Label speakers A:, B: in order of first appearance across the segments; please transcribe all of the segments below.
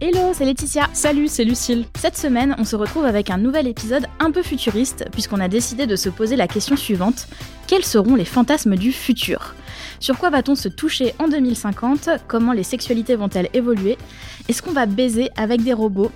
A: Hello, c'est Laetitia.
B: Salut, c'est Lucille.
A: Cette semaine, on se retrouve avec un nouvel épisode un peu futuriste, puisqu'on a décidé de se poser la question suivante quels seront les fantasmes du futur Sur quoi va-t-on se toucher en 2050 Comment les sexualités vont-elles évoluer Est-ce qu'on va baiser avec des robots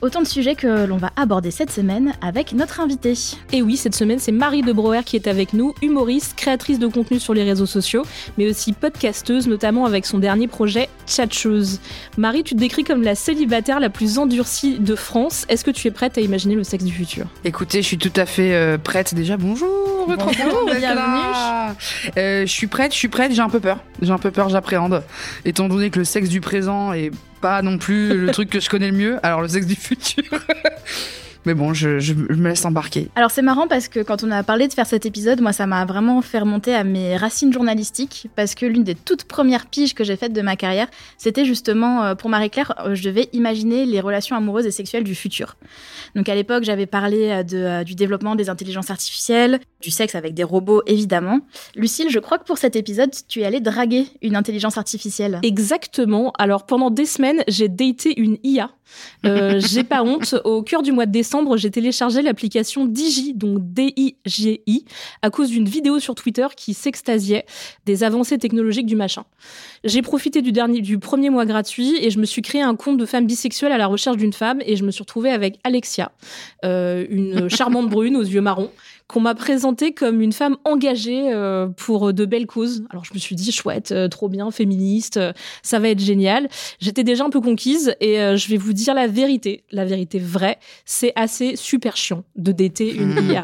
A: Autant de sujets que l'on va aborder cette semaine avec notre invité.
B: Et oui, cette semaine, c'est Marie de Brouwer qui est avec nous, humoriste, créatrice de contenu sur les réseaux sociaux, mais aussi podcasteuse, notamment avec son dernier projet Chatcheuse. Marie, tu te décris comme la célibataire la plus endurcie de France. Est-ce que tu es prête à imaginer le sexe du futur
C: Écoutez, je suis tout à fait euh, prête déjà. Bonjour,
A: Bonjour,
C: d'être là. Euh, je suis prête, je suis prête, j'ai un peu peur. J'ai un peu peur, j'appréhende. Étant donné que le sexe du présent est pas non plus le truc que je connais le mieux, alors le sexe du futur. Mais bon, je, je- je me laisse embarquer.
A: Alors c'est marrant parce que quand on a parlé de faire cet épisode, moi ça m'a vraiment fait remonter à mes racines journalistiques parce que l'une des toutes premières piges que j'ai faites de ma carrière, c'était justement euh, pour Marie-Claire, euh, je devais imaginer les relations amoureuses et sexuelles du futur. Donc à l'époque, j'avais parlé euh, de, euh, du développement des intelligences artificielles, du sexe avec des robots évidemment. Lucille, je crois que pour cet épisode, tu es allée draguer une intelligence artificielle.
B: Exactement. Alors pendant des semaines, j'ai daté une IA. Euh, j'ai pas honte. Au cœur du mois de décembre, j'ai téléchargé l'application Digi, donc D-I-G-I, à cause d'une vidéo sur Twitter qui s'extasiait des avancées technologiques du machin. J'ai profité du dernier, du premier mois gratuit et je me suis créé un compte de femme bisexuelle à la recherche d'une femme et je me suis retrouvée avec Alexia, euh, une charmante brune aux yeux marrons qu'on m'a présentée comme une femme engagée euh, pour de belles causes. Alors je me suis dit chouette, euh, trop bien, féministe, euh, ça va être génial. J'étais déjà un peu conquise et euh, je vais vous dire la vérité, la vérité vraie, c'est assez super chiant de dater une IA.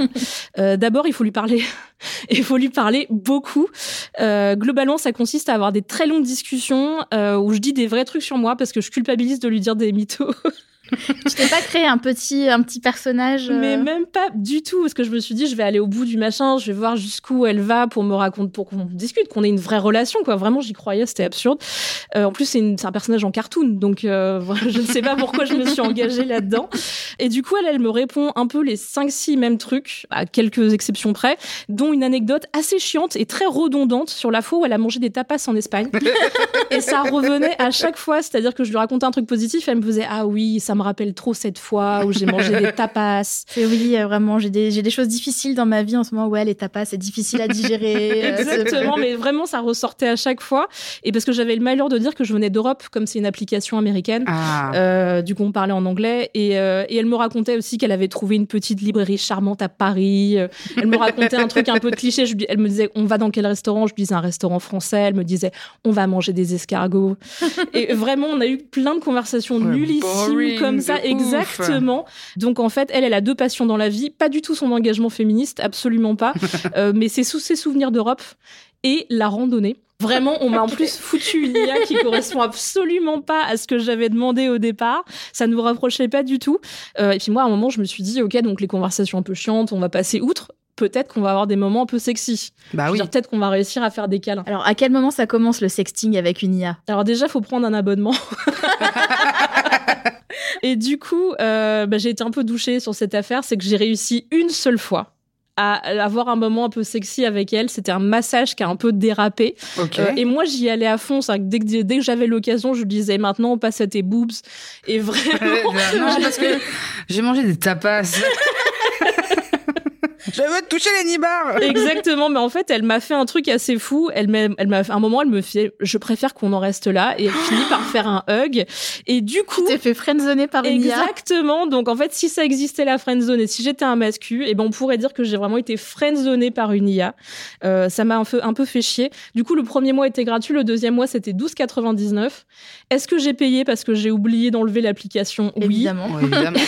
B: Euh, D'abord, il faut lui parler, il faut lui parler beaucoup. Euh, globalement, ça consiste à avoir des très longues discussions euh, où je dis des vrais trucs sur moi parce que je culpabilise de lui dire des mythos.
A: Tu t'es pas créé un petit, un petit personnage euh,
B: Mais même pas du tout, parce que je me suis dit, je vais aller au bout du machin, je vais voir jusqu'où elle va pour me raconter, pour qu'on discute, qu'on ait une vraie relation, quoi. Vraiment, j'y croyais, c'était absurde. Euh, en plus, c'est une- c'est un personnage en cartoon, donc euh, voilà, je ne sais pas pourquoi je me suis engagée là-dedans. Et du coup, elle, elle me répond un peu les 5-6 mêmes trucs, à quelques exceptions près, dont une anecdote assez chiante et très redondante sur la fois où elle a mangé des tapas en Espagne. Et ça revenait à chaque fois, c'est-à-dire que je lui racontais un truc positif, elle me faisait Ah oui, ça me rappelle trop cette fois où j'ai mangé des tapas.
A: C'est oui, euh, vraiment, j'ai des, j'ai des choses difficiles dans ma vie en ce moment. Ouais, les tapas, c'est difficile à digérer. euh, c'est-
B: Exactement, mais vraiment, ça ressortait à chaque fois. Et parce que j'avais le malheur de dire que je venais d'Europe, comme c'est une application américaine.
C: Ah.
B: Euh, du coup, on parlait en anglais et, euh, et elle me racontait aussi qu'elle avait trouvé une petite librairie charmante à Paris. Euh, Elle me racontait un truc un peu de cliché. Je lui- elle me disait on va dans quel restaurant Je lui disais un restaurant français. Elle me disait on va manger des escargots. et vraiment, on a eu plein de conversations
C: Ouais,
B: nullissimes
C: boring
B: comme
C: de
B: ça,
C: ouf.
B: exactement. Donc en fait, elle, elle a deux passions dans la vie. Pas du tout son engagement féministe, absolument pas. Euh, mais c'est sous ses souvenirs d'Europe et la randonnée. Vraiment, on m'a en plus foutu une IA qui correspond absolument pas à ce que j'avais demandé au départ. Ça ne nous rapprochait pas du tout. Euh, et puis moi, à un moment, je me suis dit, ok, donc les conversations un peu chiantes, on va passer outre. peut-être qu'on va avoir des moments un peu sexy.
C: Bah
B: Je veux
C: oui.
B: dire, peut-être qu'on va réussir à faire des câlins.
A: Alors, à quel moment ça commence le sexting avec une IA
B: Alors déjà, faut prendre un abonnement. Et du coup, euh, bah, j'ai été un peu douchée sur cette affaire, c'est que j'ai réussi une seule fois à avoir un moment un peu sexy avec elle. C'était un massage qui a un peu dérapé.
C: Ok.
B: Euh, et moi, j'y allais à fond. c'est-à-dire que Dès que, dès que j'avais l'occasion, je lui disais maintenant, on passe à tes boobs. Et vraiment,
C: Euh, bah non, parce que j'ai mangé des tapas. je veux toucher les nibards.
B: Exactement, mais en fait, elle m'a fait un truc assez fou. Elle m'a, elle m'a, à un moment, elle me fait, je préfère qu'on en reste là, et elle finit par faire un hug. Et du coup,
A: T'es fait friendzonner par une IA
B: exactement. Donc, en fait, si ça existait la friendzone et si j'étais un mascu, et ben, on pourrait dire que j'ai vraiment été friendzonée par une IA. Euh, ça m'a un peu, un peu fait chier. Du coup, le premier mois était gratuit, le deuxième mois c'était 12,99. Est-ce que j'ai payé parce que j'ai oublié d'enlever l'application Oui.
A: Évidemment.
C: Bon, évidemment.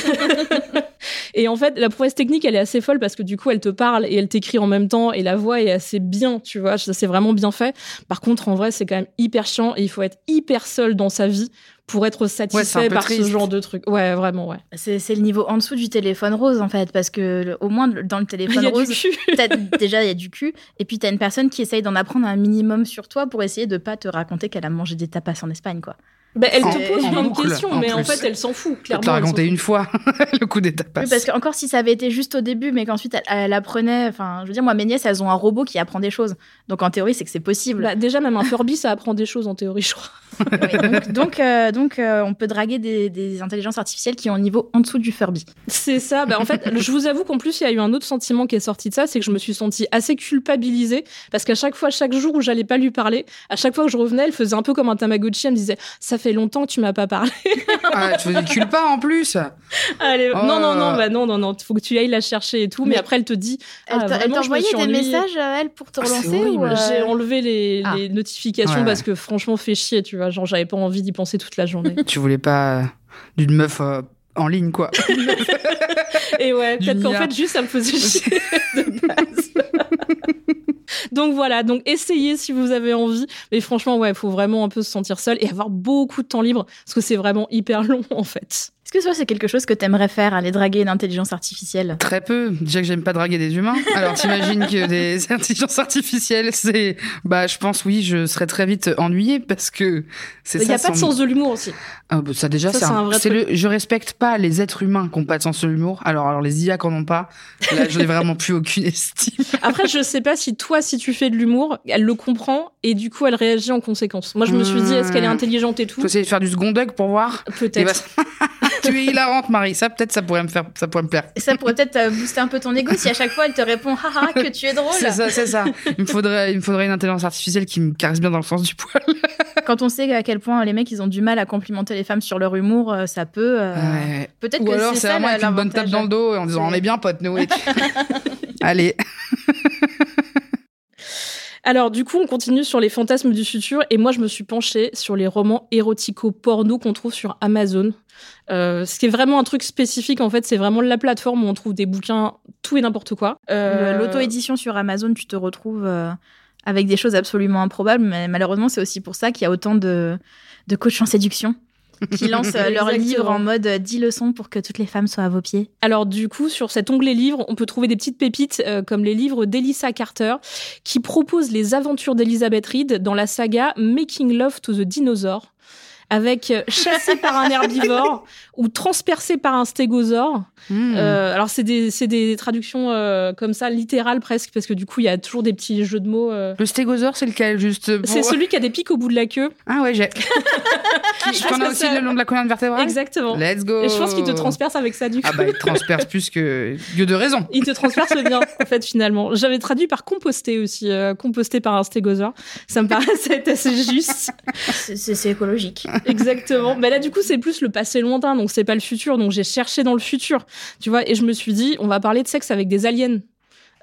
B: Et en fait, la prouesse technique, elle est assez folle parce que du coup, elle te parle et elle t'écrit en même temps et la voix est assez bien, tu vois. Ça, c'est vraiment bien fait. Par contre, en vrai, c'est quand même hyper chiant et il faut être hyper seul dans sa vie pour être satisfait
C: peu
B: par
C: triste.
B: ce genre de truc. Ouais, vraiment, ouais.
A: C'est c'est le niveau en dessous du téléphone rose, en fait, parce que le- au moins, le- dans le
B: Il
A: téléphone
B: y a du
A: rose,
B: cul.
A: t'as- déjà, il y a du cul. Et puis, t'as une personne qui essaye d'en apprendre un minimum sur toi pour essayer de pas te raconter qu'elle a mangé des tapas en Espagne, quoi.
B: Bah, elle
C: En-
B: te pose
C: en
B: plein de
C: boucle,
B: questions,
C: en
B: mais en
C: plus.
B: fait, elle s'en fout,
C: Je
B: clairement.
C: te l'ai
B: elle s'en
C: raconté
B: fout.
C: une fois le coup des
B: Bah,
C: tapas.
A: Oui, parce que encore si ça avait été juste au début, mais qu'ensuite elle, elle apprenait. Enfin, je veux dire, moi, mes nièces, elles ont un robot qui apprend des choses. Donc en théorie, c'est que c'est possible.
B: Bah, déjà, même un Furby, ça apprend des choses en théorie, je crois.
A: Oui, donc, donc, euh, donc, euh, on peut draguer des, des intelligences artificielles qui ont un niveau en dessous du Furby.
B: C'est ça. Bah, en fait, je vous avoue qu'en plus, il y a eu un autre sentiment qui est sorti de ça, c'est que je me suis sentie assez culpabilisée parce qu'à chaque fois, chaque jour où j'allais pas lui parler, à chaque fois que je revenais, elle faisait un peu comme un Tamagotchi. Elle me disait Ça fait longtemps que tu m'as pas parlé.
C: Ah, tu faisais cul pas en plus.
B: Allez,
C: Oh.
B: non, non, non, bah non, non, non, faut que tu ailles la chercher et tout. Mais,
A: Mais-
B: après, elle te dit
A: Elle
B: Ah,
A: t'a- elle
B: vraiment,
A: t'a
B: je me
A: envoyé
B: suis
A: des
B: ennuyée.
A: messages euh, elle pour te
C: Ah, c'est
A: relancer
C: horrible.
A: ou, euh,
B: J'ai enlevé les,
A: Ah.
B: les notifications
C: Ouais,
B: parce que franchement, fait chier, tu vois. Genre, j'avais pas envie d'y penser toute la journée.
C: Tu voulais pas euh, d'une meuf euh, en ligne, quoi.
B: Et ouais,
C: Du
B: peut-être qu'en
C: Nia.
B: fait, juste, ça me faisait chier de base. donc voilà, donc essayez si vous avez envie. Mais franchement, ouais, il faut vraiment un peu se sentir seul et avoir beaucoup de temps libre parce que c'est vraiment hyper long en fait.
A: Est-ce que ça, c'est quelque chose que t'aimerais faire, aller draguer une intelligence artificielle
C: Très peu. Déjà que j'aime pas draguer des humains. Alors t'imagines que des intelligences artificielles, c'est. Bah, je pense, oui, je serais très vite ennuyée parce que c'est
B: Il
C: ça.
B: n'y a pas de
C: sans-
B: sens de l'humour aussi.
C: Ah, bah, ça déjà,
B: Ça,
C: c'est
B: c'est
C: un-
B: un vrai
C: c'est le. Je respecte pas les êtres humains qui ont pas de sens de l'humour. Alors, alors les IA qui en ont pas. Là, je n'ai vraiment plus aucune estime.
B: Après, je sais pas si toi, si tu fais de l'humour, elle le comprend et du coup, elle réagit en conséquence. Moi, je me suis dit, est-ce
C: Hmm.
B: qu'elle est intelligente et tout
C: Faut essayer de faire du second dog pour voir. Et
B: Peut-être.
C: bah, tu es hilarante, Marie. Ça, peut-être, ça pourrait me faire, ça pourrait me plaire.
A: Et ça pourrait peut-être euh, booster un peu ton ego si à chaque fois elle te répond haha que tu es drôle.
C: C'est ça, c'est ça. Il me faudrait, il me faudrait une intelligence artificielle qui me caresse bien dans le sens du poil.
A: Quand on sait à quel point les mecs ils ont du mal à complimenter les femmes sur leur humour, euh, ça peut. euh,
C: Ouais.
A: Peut-être
C: Ou
A: que
C: alors
A: c'est
C: c'est
A: ça
C: à moi avec une bonne
A: l'avantage.
C: tape dans le dos et en disant on est bien pote nous. Et tu- Allez,
B: Alors, du coup, on continue sur les fantasmes du futur. Et moi, je me suis penchée sur les romans érotico-porno qu'on trouve sur Amazon. Euh, ce qui est vraiment un truc spécifique, en fait, c'est vraiment la plateforme où on trouve des bouquins, tout et n'importe quoi.
A: Le-
B: Euh,
A: L'auto-édition sur Amazon, tu te retrouves euh, avec des choses absolument improbables, mais malheureusement, c'est aussi pour ça qu'il y a autant de, de coachs en séduction qui lancent euh, leurs
B: Exactement.
A: livres en mode euh, 10 leçons pour que toutes les femmes soient à vos pieds.
B: Alors, du coup, sur cet onglet livres, on peut trouver des petites pépites, euh, comme les livres d'Elissa Carter, qui propose les aventures d'Elizabeth Reed dans la saga Making Love to the Dinosaur, avec euh, Chassé par un herbivore ou Transpercé par un stégosaure.
C: Mmh.
B: Euh, alors c'est des, c'est des traductions euh, comme ça, littérales presque, parce que du coup il y a toujours des petits jeux de mots. euh.
C: le stégosaure c'est lequel juste pour-
B: C'est celui qui a des pics au bout de la queue.
C: Ah ouais j'ai.
B: Je
C: Qu'on
B: pense
C: a
B: que
C: aussi
B: ça-
C: le long de la colonne vertébrale.
B: Exactement.
C: Let's go.
B: Et je pense qu'il te transperce avec ça du coup.
C: oh. Ah bah il transperce plus que Dieu de raison.
B: Il te transperce bien, en fait, finalement. J'avais traduit par composté aussi, euh, composté par un stégosaure. Ça me paraissait être assez juste.
A: C'est c'est écologique.
B: Exactement. Mais là, du coup, c'est plus le passé lointain, donc c'est pas le futur. Donc j'ai cherché dans le futur, tu vois, et je me suis dit, on va parler de sexe avec des aliens.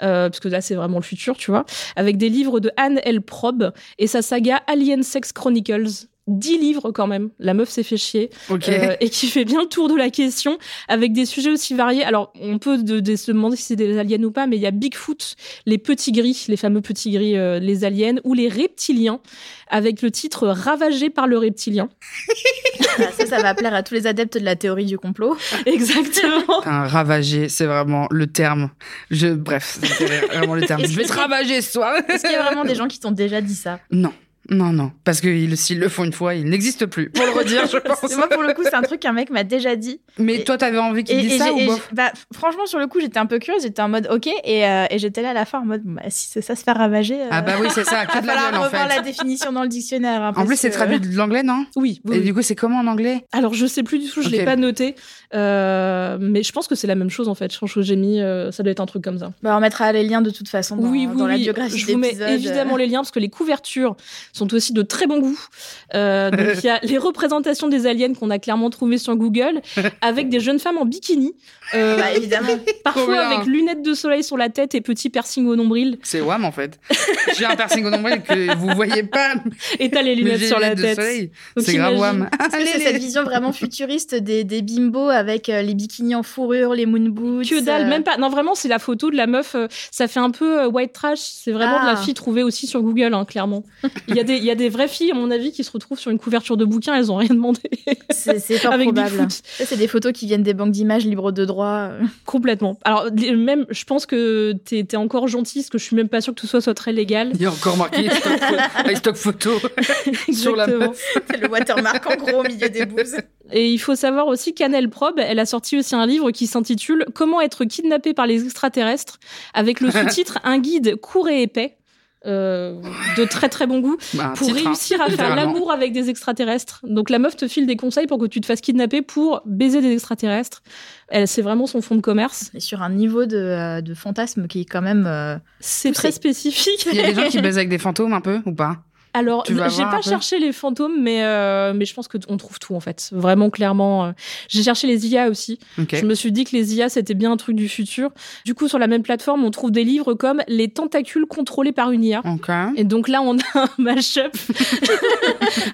B: Euh, parce que là, c'est vraiment le futur, tu vois. Avec des livres de Anne L. Probe et sa saga Alien Sex Chronicles. 10 livres quand même, la meuf s'est fait chier,
C: Ok.
B: euh, et qui fait bien le tour de la question, avec des sujets aussi variés. Alors, on peut de- de se demander si c'est des aliens ou pas, mais il y a Bigfoot, les petits gris, les fameux petits gris, euh, les aliens, ou les reptiliens, avec le titre Ravagé par le reptilien.
A: Voilà, ça, ça va plaire à tous les adeptes de la théorie du complot.
B: Exactement.
C: Un ravagé, c'est vraiment le terme. Je, bref, c'est vraiment le terme.
A: Est-ce
C: Je vais
A: que-
C: te ravager ce soir.
A: Est-ce qu'il y a vraiment des gens qui t'ont déjà dit ça
C: Non, non, non. Parce que ils- s'ils le font une fois, ils n'existent plus. Pour le redire, je pense.
A: C'est- Moi, pour le coup, c'est un truc qu'un mec m'a déjà dit.
C: Mais toi, t'avais envie qu'il dise ça
A: j'ai-
C: ou
A: j'ai-
C: bof
A: bah, Franchement, sur le coup, j'étais un peu curieuse. J'étais en mode OK. Et, euh, et j'étais là à la fin en mode bah, si c'est ça se faire ravager. euh,
C: Ah bah oui, c'est ça, que
A: va
C: de la
A: falloir
C: gueule en
A: revoir la
C: fait.
A: définition dans le dictionnaire. hein,
C: En
A: parce
C: plus, c'est
A: que-
C: traduit de l'anglais, non
B: Oui. oui,
C: Et
B: oui.
C: du coup, c'est comment en anglais
B: Alors je sais plus du tout, je
C: Ok.
B: l'ai pas noté, Euh, mais je pense que c'est la même chose en fait. Je pense que j'ai mis, euh, ça doit être un truc comme ça.
A: Bah, on mettra les liens de toute façon dans,
B: oui, oui,
A: dans la
B: oui.
A: biographie
B: Je vous mets
A: d'épisode.
B: évidemment les liens parce que les couvertures sont aussi de très bon goût. Euh, donc il y a les représentations des aliens qu'on a clairement trouvées sur Google avec des jeunes femmes en bikini, euh,
A: Bah, évidemment.
C: Trop
B: parfois
C: bien.
B: avec lunettes de soleil sur la tête et petits piercings au nombril.
C: C'est WAM en fait. J'ai un piercing au nombril que vous voyez pas.
B: Et t'as les
C: mais
B: lunettes
C: j'ai
B: sur la
C: de
B: tête.
C: soleil.
B: Donc,
C: C'est grave
B: t'imagines-
C: WAM.
A: Parce que c'est cette vision vraiment futuriste des, des bimbos avec euh, les bikinis en fourrure, les moon boots.
B: Que dalle,
A: euh,
B: même pas. Non, vraiment, c'est la photo de la meuf. euh, ça fait un peu euh, white trash. C'est vraiment de la
A: Ah.
B: fille trouvée aussi sur Google, hein, clairement. Il y, a des, il y a des vraies filles, à mon avis, qui se retrouvent sur une couverture de bouquin. Elles ont rien demandé.
A: C'est c'est fort
B: Avec
A: probable.
B: Bigfoot.
A: Ça, c'est des photos qui viennent des banques d'images libres de droit.
B: Complètement. Alors, les- même, je pense que t'es t'es encore gentille, parce que je suis même pas sûre que tout soit, soit très légal.
C: Il y a encore marqué stock, pho- Ah, stock photo sur la
B: Exactement.
C: meuf.
A: C'est le watermark en gros au milieu des boobs.
B: Et il faut savoir aussi qu'Annelle Probe, elle a sorti aussi un livre qui s'intitule Comment être kidnappé par les extraterrestres, avec le sous-titre Un guide court et épais, euh, de très très bon goût.
C: Bah, un
B: pour
C: titre, hein,
B: réussir à faire
C: littéralement.
B: l'amour avec des extraterrestres. Donc la meuf te file des conseils pour que tu te fasses kidnapper pour baiser des extraterrestres. Elle, c'est vraiment son fond de commerce.
A: Et sur un niveau de, euh, de fantasme qui est quand même. euh,
B: C'est très spécifique.
C: Il y a des gens qui baisent avec des fantômes un peu ou pas
B: Alors,
C: Tu vas
B: j'ai
C: voir un
B: pas
C: peu.
B: cherché les fantômes, mais euh, mais je pense que t- on trouve tout en fait. Vraiment clairement, euh. j'ai cherché les IA aussi.
C: Ok.
B: Je me suis dit que les IA c'était bien un truc du futur. Du coup, sur la même plateforme, on trouve des livres comme Les tentacules contrôlés par une IA.
C: Ok.
B: Et donc là, on a un mash-up.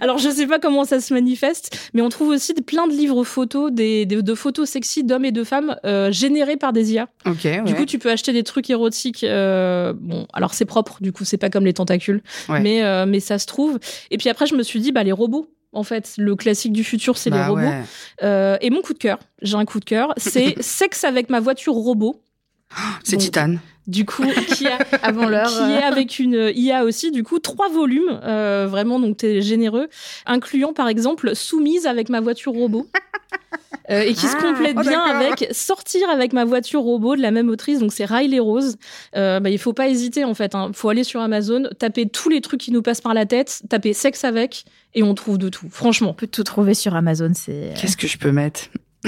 B: Alors, je sais pas comment ça se manifeste, mais on trouve aussi de- plein de livres photos, des, des- de photos sexy d'hommes et de femmes euh, générées par des IA.
C: Ok. Ouais.
B: Du coup, tu peux acheter des trucs érotiques. euh, bon, alors c'est propre, du coup, c'est pas comme les tentacules,
C: Ouais.
B: mais, euh, mais ça se trouve. Et puis après, je me suis dit, bah, les robots. En fait, le classique du futur, c'est les
C: Bah
B: robots.
C: ouais.
B: Euh, et mon coup de cœur, j'ai un coup de cœur, c'est Sexe avec ma voiture robot
C: C'est
B: Bon.
C: Titane.
B: du coup, qui, a-
A: Avant l'heure,
B: qui
A: euh.
B: est avec une euh, IA aussi, du coup, trois volumes, euh, vraiment, donc t'es généreux, incluant par exemple Soumise avec ma voiture robot. Euh, et qui se
C: Ah,
B: complète
C: oh,
B: bien
C: d'accord.
B: avec sortir avec ma voiture robot de la même autrice, donc c'est Riley Rose. Euh, bah, il faut pas hésiter en fait, hein. faut aller sur Amazon, taper tous les trucs qui nous passent par la tête, taper sexe avec, et on trouve de tout. Franchement,
A: On peut tout trouver sur Amazon. C'est.
C: Qu'est-ce que je peux mettre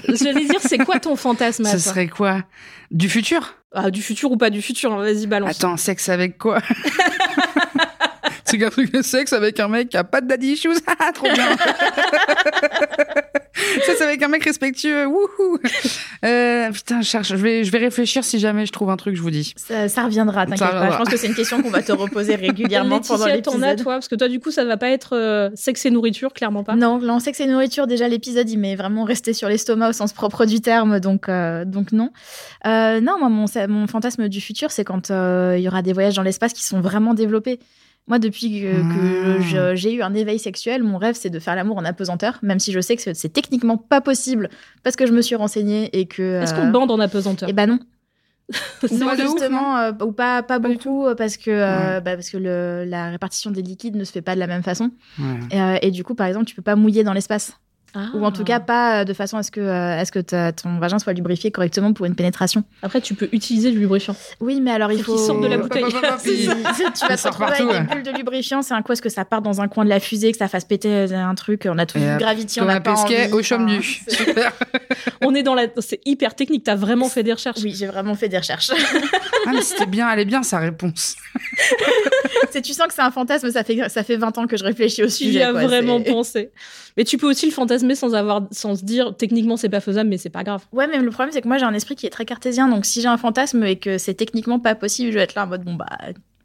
B: j'allais dire, c'est quoi ton fantasme à
C: Ce
B: toi
C: serait quoi Du futur
B: Ah, Du futur ou pas du futur hein, Vas-y balance.
C: Attends, sexe avec quoi C'est qu'un truc de sexe avec un mec qui a pas de daddy issues. Ah, Trop bien. sexe avec un mec respectueux. Wouhou. Euh, putain, je cherche. Je vais, je vais réfléchir si jamais je trouve un truc, je vous dis.
A: Ça, ça reviendra, t'inquiète pas.
C: reviendra.
A: Je pense que c'est une question qu'on va te reposer régulièrement pendant
B: Laetitia, t'en as
A: l'épisode.
B: toi Parce que toi, du coup, ça va pas être euh, sexe et nourriture, clairement pas.
A: Non, là on sait que c'est nourriture. Déjà l'épisode, il m'est vraiment resté sur l'estomac au sens propre du terme, donc euh, donc non. Euh, non, moi mon, sa- mon fantasme du futur, c'est quand euh, il y aura des voyages dans l'espace qui sont vraiment développés. Moi, depuis que, que
C: Ah.
A: je- j'ai eu un éveil sexuel, mon rêve c'est de faire l'amour en apesanteur, même si je sais que c'est- c'est techniquement pas possible parce que je me suis renseignée et que.
B: Est-ce
A: euh,
B: qu'on bande en apesanteur
A: Eh ben non.
B: C'est
A: Non,
B: pas de ouf,
A: justement, euh, ou pas, pas
C: du
A: beaucoup, euh, parce que, euh, bah, parce que le, la répartition des liquides ne se fait pas de la même façon.
C: Ouais.
A: Et, euh, et du coup, par exemple, tu peux pas mouiller dans l'espace.
B: Ah.
A: Ou en tout cas, pas euh, de façon à ce que, euh, à ce que ta- ton vagin soit lubrifié correctement pour une pénétration.
B: Après, tu peux utiliser du lubrifiant.
A: Oui, mais alors il
B: Faut
A: faut.
B: qu'il sorte de la bouche.
C: Hop, hop, hop, hop,
A: Si- si-
C: il-
A: tu vas te
C: sort
A: retrouver avec
C: partout,
A: des
C: ouais.
A: bulles de lubrifiant, c'est un coup est-ce que ça part dans un coin de la fusée, que ça fasse péter euh, un truc, on a tout
C: Et
A: vu
C: hop,
A: Gravity, on
C: Thomas
A: a pas
C: Pesquet
A: envie,
C: au
A: enfin,
C: chôme du.
A: c'est-
C: Super.
B: On est dans la. C'est hyper technique, t'as vraiment fait des recherches.
A: Oui, j'ai vraiment fait des recherches.
C: Ah, mais c'était bien, elle est bien sa réponse.
A: C'est- tu sens que c'est un fantasme, ça fait, ça fait 20 ans que je réfléchis au
B: Tu
A: sujet.
B: y as
A: quoi, c'est-
B: vraiment pensé. Mais tu peux aussi le fantasmer sans avoir, sans se dire techniquement c'est pas faisable, mais c'est pas grave.
A: Ouais, mais le problème, c'est que moi, j'ai un esprit qui est très cartésien. Donc, si j'ai un fantasme et que c'est techniquement pas possible, je vais être là en mode, bon, bah,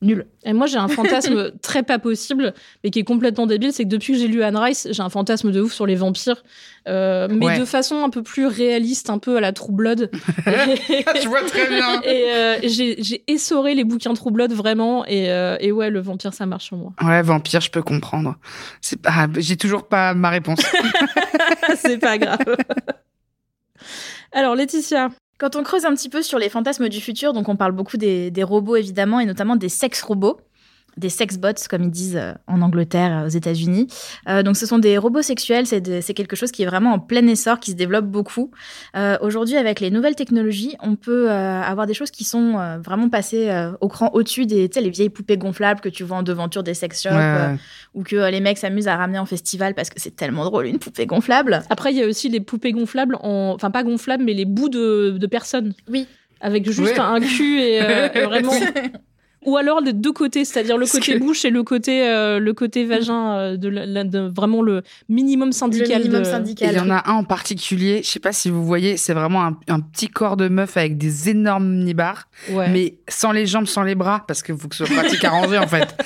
A: Nul.
B: Et moi, j'ai un fantasme très pas possible, mais qui est complètement débile. C'est que depuis que j'ai lu Anne Rice, j'ai un fantasme de ouf sur les vampires, euh, mais
C: Ouais.
B: de façon un peu plus réaliste, un peu à la True Blood.
C: Je vois très bien.
B: Et euh, j'ai j'ai essoré les bouquins True Blood vraiment. Et, euh, et ouais, le vampire, ça marche sur moi.
C: Ouais, vampire, je peux comprendre. C'est pas, j'ai toujours pas ma réponse.
B: C'est pas grave. Alors, Laetitia,
A: Quand on creuse un petit peu sur les fantasmes du futur, donc on parle beaucoup des, des robots évidemment, et notamment des sex-robots, des sex-bots comme ils disent euh, en Angleterre, euh, aux États-Unis. Euh, donc ce sont des robots sexuels, c'est de- c'est quelque chose qui est vraiment en plein essor, qui se développe beaucoup. Euh, Aujourd'hui, avec les nouvelles technologies, on peut euh, avoir des choses qui sont euh, vraiment passées euh, au cran au-dessus des tu sais, les vieilles poupées gonflables que tu vois en devanture des sex shops,
C: Ouais,
A: euh,
C: ouais.
A: ou que euh, les mecs s'amusent à ramener en festival parce que c'est tellement drôle une poupée gonflable.
B: après, il y a aussi les poupées gonflables, en... enfin pas gonflables, mais les bouts de, de personnes.
A: Oui.
B: Avec juste
C: Ouais.
B: un cul et, euh, et vraiment. Ou alors les deux côtés, c'est-à-dire le
C: Parce
B: côté
C: que-
B: bouche et le côté, euh, le côté vagin, euh, de, la- la- de vraiment le minimum syndical.
A: le minimum
B: de-
C: Et il
A: syndical.
C: y en a un en particulier, je sais pas si vous voyez, c'est vraiment un, un petit corps de meuf avec des énormes nibards,
B: Ouais.
C: mais sans les jambes, sans les bras, parce que faut que ce soit pratique à ranger en fait.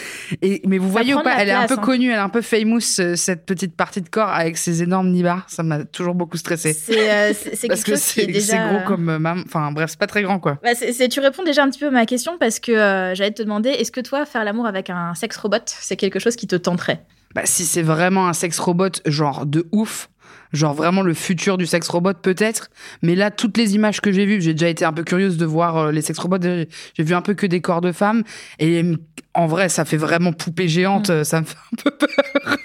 C: Et, mais vous voyez ou
A: prend de
C: pas,
A: la
C: elle est un
A: place,
C: peu
A: hein.
C: connue, elle est un peu famous, euh, cette petite partie de corps avec ses énormes nibards. Ça m'a toujours beaucoup stressé.
A: C'est euh, c'est- c'est
C: Parce
A: quelque
C: que
A: chose qui est
C: c'est
A: déjà.
C: c'est gros
A: euh,
C: comme. euh, mam- Enfin bref, c'est pas très grand quoi.
A: Bah, c'est- c'est- tu réponds déjà un petit peu à ma question parce que euh, j'allais te demander est-ce que toi, faire l'amour avec un sexe robot, c'est quelque chose qui te tenterait
C: Bah, si c'est vraiment un sexe robot, genre de ouf, genre vraiment le futur du sexe robot peut-être, mais là, toutes les images que j'ai vues, j'ai déjà été un peu curieuse de voir euh, les sex robots, j'ai j'ai vu un peu que des corps de femmes, et mm, en vrai, ça fait vraiment poupée géante, euh, ça me fait un peu peur.
A: Mm.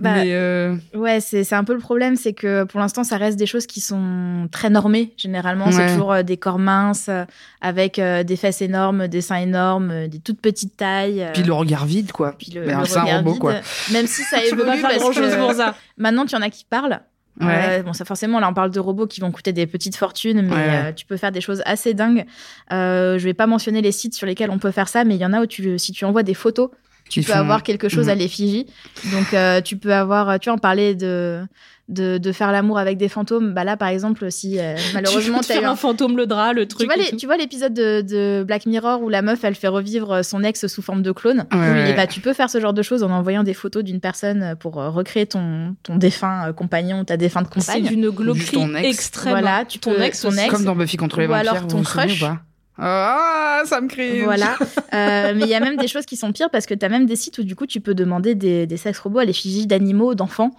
A: Bah,
C: mais euh,
A: Ouais, c'est c'est un peu le problème, c'est que pour l'instant, ça reste des choses qui sont très normées généralement. C'est
C: Ouais.
A: toujours euh, des corps minces euh, avec euh, des fesses énormes, des seins énormes, euh, des toutes petites tailles. euh,
C: puis le regard vide, quoi.
A: puis le-
C: Mais
A: le
C: alors, c'est un
A: regard
C: robot,
A: vide.
C: quoi.
A: Même si ça
B: Tu peux
A: évolue,
B: pas faire
A: parce
B: grand chose
A: que
B: pour ça.
A: maintenant qu'il y en a qui parlent,
C: Ouais.
A: Euh, bon, ça forcément, là, on parle de robots qui vont coûter des petites fortunes, mais
C: Ouais.
A: euh, tu peux faire des choses assez dingues. Euh, je vais pas mentionner les sites sur lesquels on peut faire ça, mais il y en a où tu, si tu envoies des photos, tu
C: Ils
A: peux
C: font-
A: avoir quelque chose à
C: Mhm.
A: l'effigie. Donc, euh, tu peux avoir, tu en parlais de, de, de faire l'amour avec des fantômes. Bah là, par exemple, si euh, malheureusement,
B: tu
A: t'as
B: veux
A: eu
B: te faire
A: un-
B: un fantôme le drap, le truc.
A: tu vois,
B: et
A: les-
B: tout.
A: tu vois l'épisode de, de Black Mirror où la meuf elle fait revivre son ex sous forme de clone.
C: Ouais, ouais,
A: Et bah tu peux faire ce genre de choses en envoyant des photos d'une personne pour euh, recréer ton, ton défunt euh, compagnon ou ta défunte
B: C'est
A: compagne.
B: d'une
C: Juste
B: glauquerie
C: ton ex.
B: extrême.
A: Voilà, tu
B: ton
A: peux-
B: ex,
A: ton
B: aussi.
A: ex.
C: Comme dans Buffy contre les
A: Ou alors
C: vampires, vous
A: ton
C: vous souvenez
A: crush.
C: ou pas ah, ça me crie.
A: Voilà. Euh, mais il y a même des choses qui sont pires parce que tu as même des sites où du coup tu peux demander des, des sexes robots à l'effigie d'animaux, d'enfants.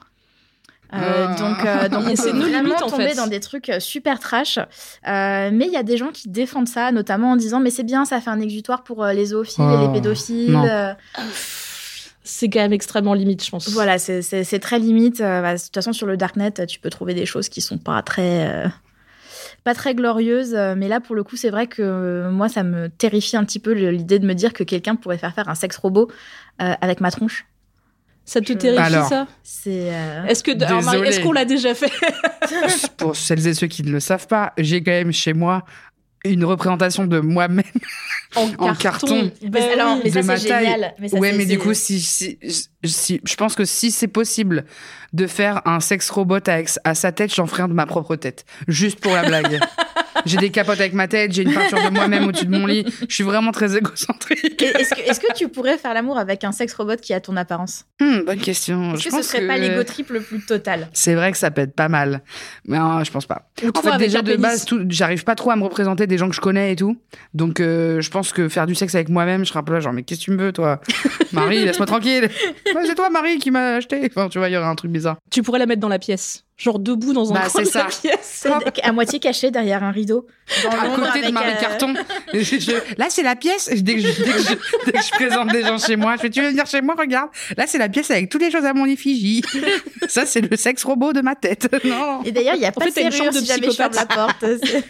A: Euh,
C: Ah.
A: donc, euh, donc on
B: C'est
A: peut
B: nos
A: vraiment
B: limites, en
A: tomber
B: fait.
A: dans des trucs euh, super trash. Euh, mais il y a des gens qui défendent ça, notamment en disant mais c'est bien, ça fait un exutoire pour euh, les zoophiles et
B: Ah.
C: Oh,
A: les pédophiles.
C: non.
A: Euh,
B: C'est quand même extrêmement limite, je pense.
A: voilà, c'est- c'est c'est très limite. Euh, bah, de toute façon, sur le darknet, euh, tu peux trouver des choses qui sont pas très, euh, pas très glorieuses. Euh, Mais là, pour le coup, c'est vrai que euh, moi, ça me terrifie un petit peu le- l'idée de me dire que quelqu'un pourrait faire faire un sexe robot euh, avec ma tronche.
B: Ça te
A: Je-
B: terrifie,
C: Alors.
B: ça
A: C'est euh,
B: Est-ce que alors, Marie,
C: Désolée.
B: est-ce qu'on l'a déjà fait
C: pour celles et ceux qui ne le savent pas, j'ai quand même chez moi une représentation de moi-même.
B: en,
C: En
B: Bah
C: carton.
A: Mais Eh ben alors,
B: oui.
A: mais ça,
C: de ma
A: c'est
C: taille.
A: génial. Mais ça,
C: ouais,
A: c'est-
C: mais du
A: c'est-
C: coup, si, si, si- je pense que si c'est possible de faire un sex robot avec- à sa tête, j'en ferai un de ma propre tête. Juste pour la blague. j'ai des capotes avec ma tête, j'ai une peinture de moi-même au-dessus de mon lit. Je suis vraiment très égocentrique.
A: Et- Est-ce que, est-ce que tu pourrais faire l'amour avec un sexe robot qui a ton apparence
C: Hmm, bonne question.
A: Est-ce
C: Je
A: que ce
C: pense
A: serait pas l'ego trip le plus total
C: C'est vrai que ça peut être pas mal. Mais non, je pense pas.
B: Ou
C: En
B: toi,
C: fait,
B: avec
C: déjà
B: un
C: de
B: pénis.
C: base, tout- j'arrive pas trop à me représenter des gens que je connais et tout. Donc, euh, je pense que faire du sexe avec moi-même, je serais un peu là, genre, mais qu'est-ce que tu me veux, toi Marie, laisse-moi tranquille. Ouais, c'est toi, Marie, qui m'a acheté. Enfin, tu vois, il y aurait un truc bizarre.
B: Tu pourrais la mettre dans la pièce, genre debout dans un
C: Bah,
B: coin
C: c'est
B: de la
C: ça.
B: pièce.
A: C'est à moitié caché derrière un rideau. dans
C: À
A: l'ombre
C: côté de
A: avec,
C: Marie
A: euh,
C: Carton. Et je- je- là, c'est la pièce. Et Dès que, je, dès, que je, dès que je présente des gens chez moi, je fais, tu veux venir chez moi, regarde. Là, c'est la pièce avec toutes les choses à mon effigie. Ça, c'est le sexe robot de ma tête. Non.
A: Et d'ailleurs, il n'y a pas
B: fait,
A: de
B: t'as une
A: serrure
B: chambre de
A: si jamais je ferme la
B: psychopathe.
A: porte.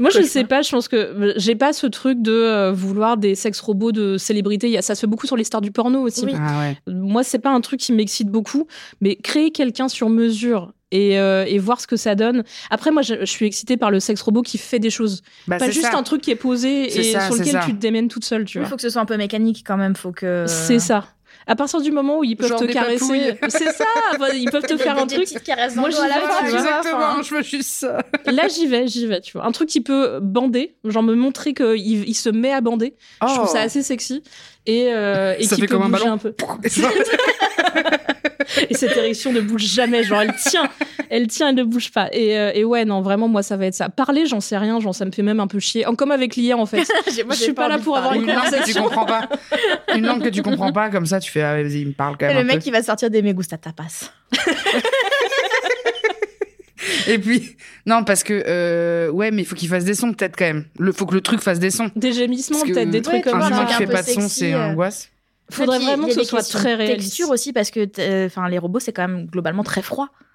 B: Moi, je sais pas, je pense que euh, j'ai pas ce truc de euh, vouloir des sexes robots de célébrités. Il y a- Ça se fait beaucoup sur les stars du porno aussi.
A: Oui.
C: Ah ouais.
B: Moi, c'est pas un truc qui m'excite beaucoup, mais créer quelqu'un sur mesure. Et, euh, et voir ce que ça donne. Après, moi, je, je suis excitée par le sexe robot qui fait des choses.
C: Bah,
B: pas
C: c'est
B: juste
C: ça.
B: un truc qui est posé
C: C'est
B: et
C: ça,
B: sur
C: c'est
B: lequel
C: ça.
B: tu te démènes toute seule, tu
A: Il
B: vois.
A: faut que ce soit un peu mécanique quand même. Faut que.
B: C'est ça. À partir du moment où ils peuvent
C: euh, Genre
B: te
C: des
B: caresser,
C: papouilles.
B: c'est ça. enfin, ils peuvent te faire un truc. Moi,
A: Moi,
B: j'y vais,
C: Ah,
B: tu vois.
C: exactement, je me suis ça.
B: Là, j'y vais, j'y vais, tu vois. Un truc qui peut bander, genre me montrer qu'il il se met à bander. Je trouve ça assez sexy et euh, et
C: Oh. Ça
B: qui
C: fait
B: peut
C: comme un
B: bouger
C: ballon.
B: un peu. et cette érection ne bouge jamais. Genre, elle tient, elle tient, elle ne bouge pas. Et, euh, et ouais, non, vraiment, moi, ça va être ça. Parler, j'en sais rien, genre, ça me fait même un peu chier. En- Comme avec l'IA, en fait.
A: J'ai- moi,
B: Je
A: j'ai
B: suis pas là
A: envie de
B: pour avoir
C: Ou
A: parler.
C: une langue que tu
B: Conversation.
C: comprends pas. Une langue que tu comprends pas, comme ça, tu fais, ah, vas-y, il me parle quand
A: Et
C: même.
A: le
C: un
A: mec
C: peu.
A: qui va sortir des me gusta tapas.
C: Et puis, non, parce que, euh, ouais, mais il faut qu'il fasse des sons, peut-être quand même. Le, faut que le truc fasse des sons.
B: Des gémissements,
C: Parce que-
B: peut-être, des
C: Ouais,
B: trucs hein,
A: tu
B: comme
A: vois,
C: Un
A: là,
C: humain
B: ça.
C: qui
A: un
C: fait
A: peu
C: pas de son,
A: sexy,
C: c'est
A: euh.
C: angoisse.
B: Faudrait
A: Et puis,
B: vraiment
A: il y
B: que
A: a
B: ce
A: des
B: soit
A: questions
B: très
A: de
B: réaliste.
A: Texture aussi parce que euh, enfin les robots c'est quand même globalement très froid.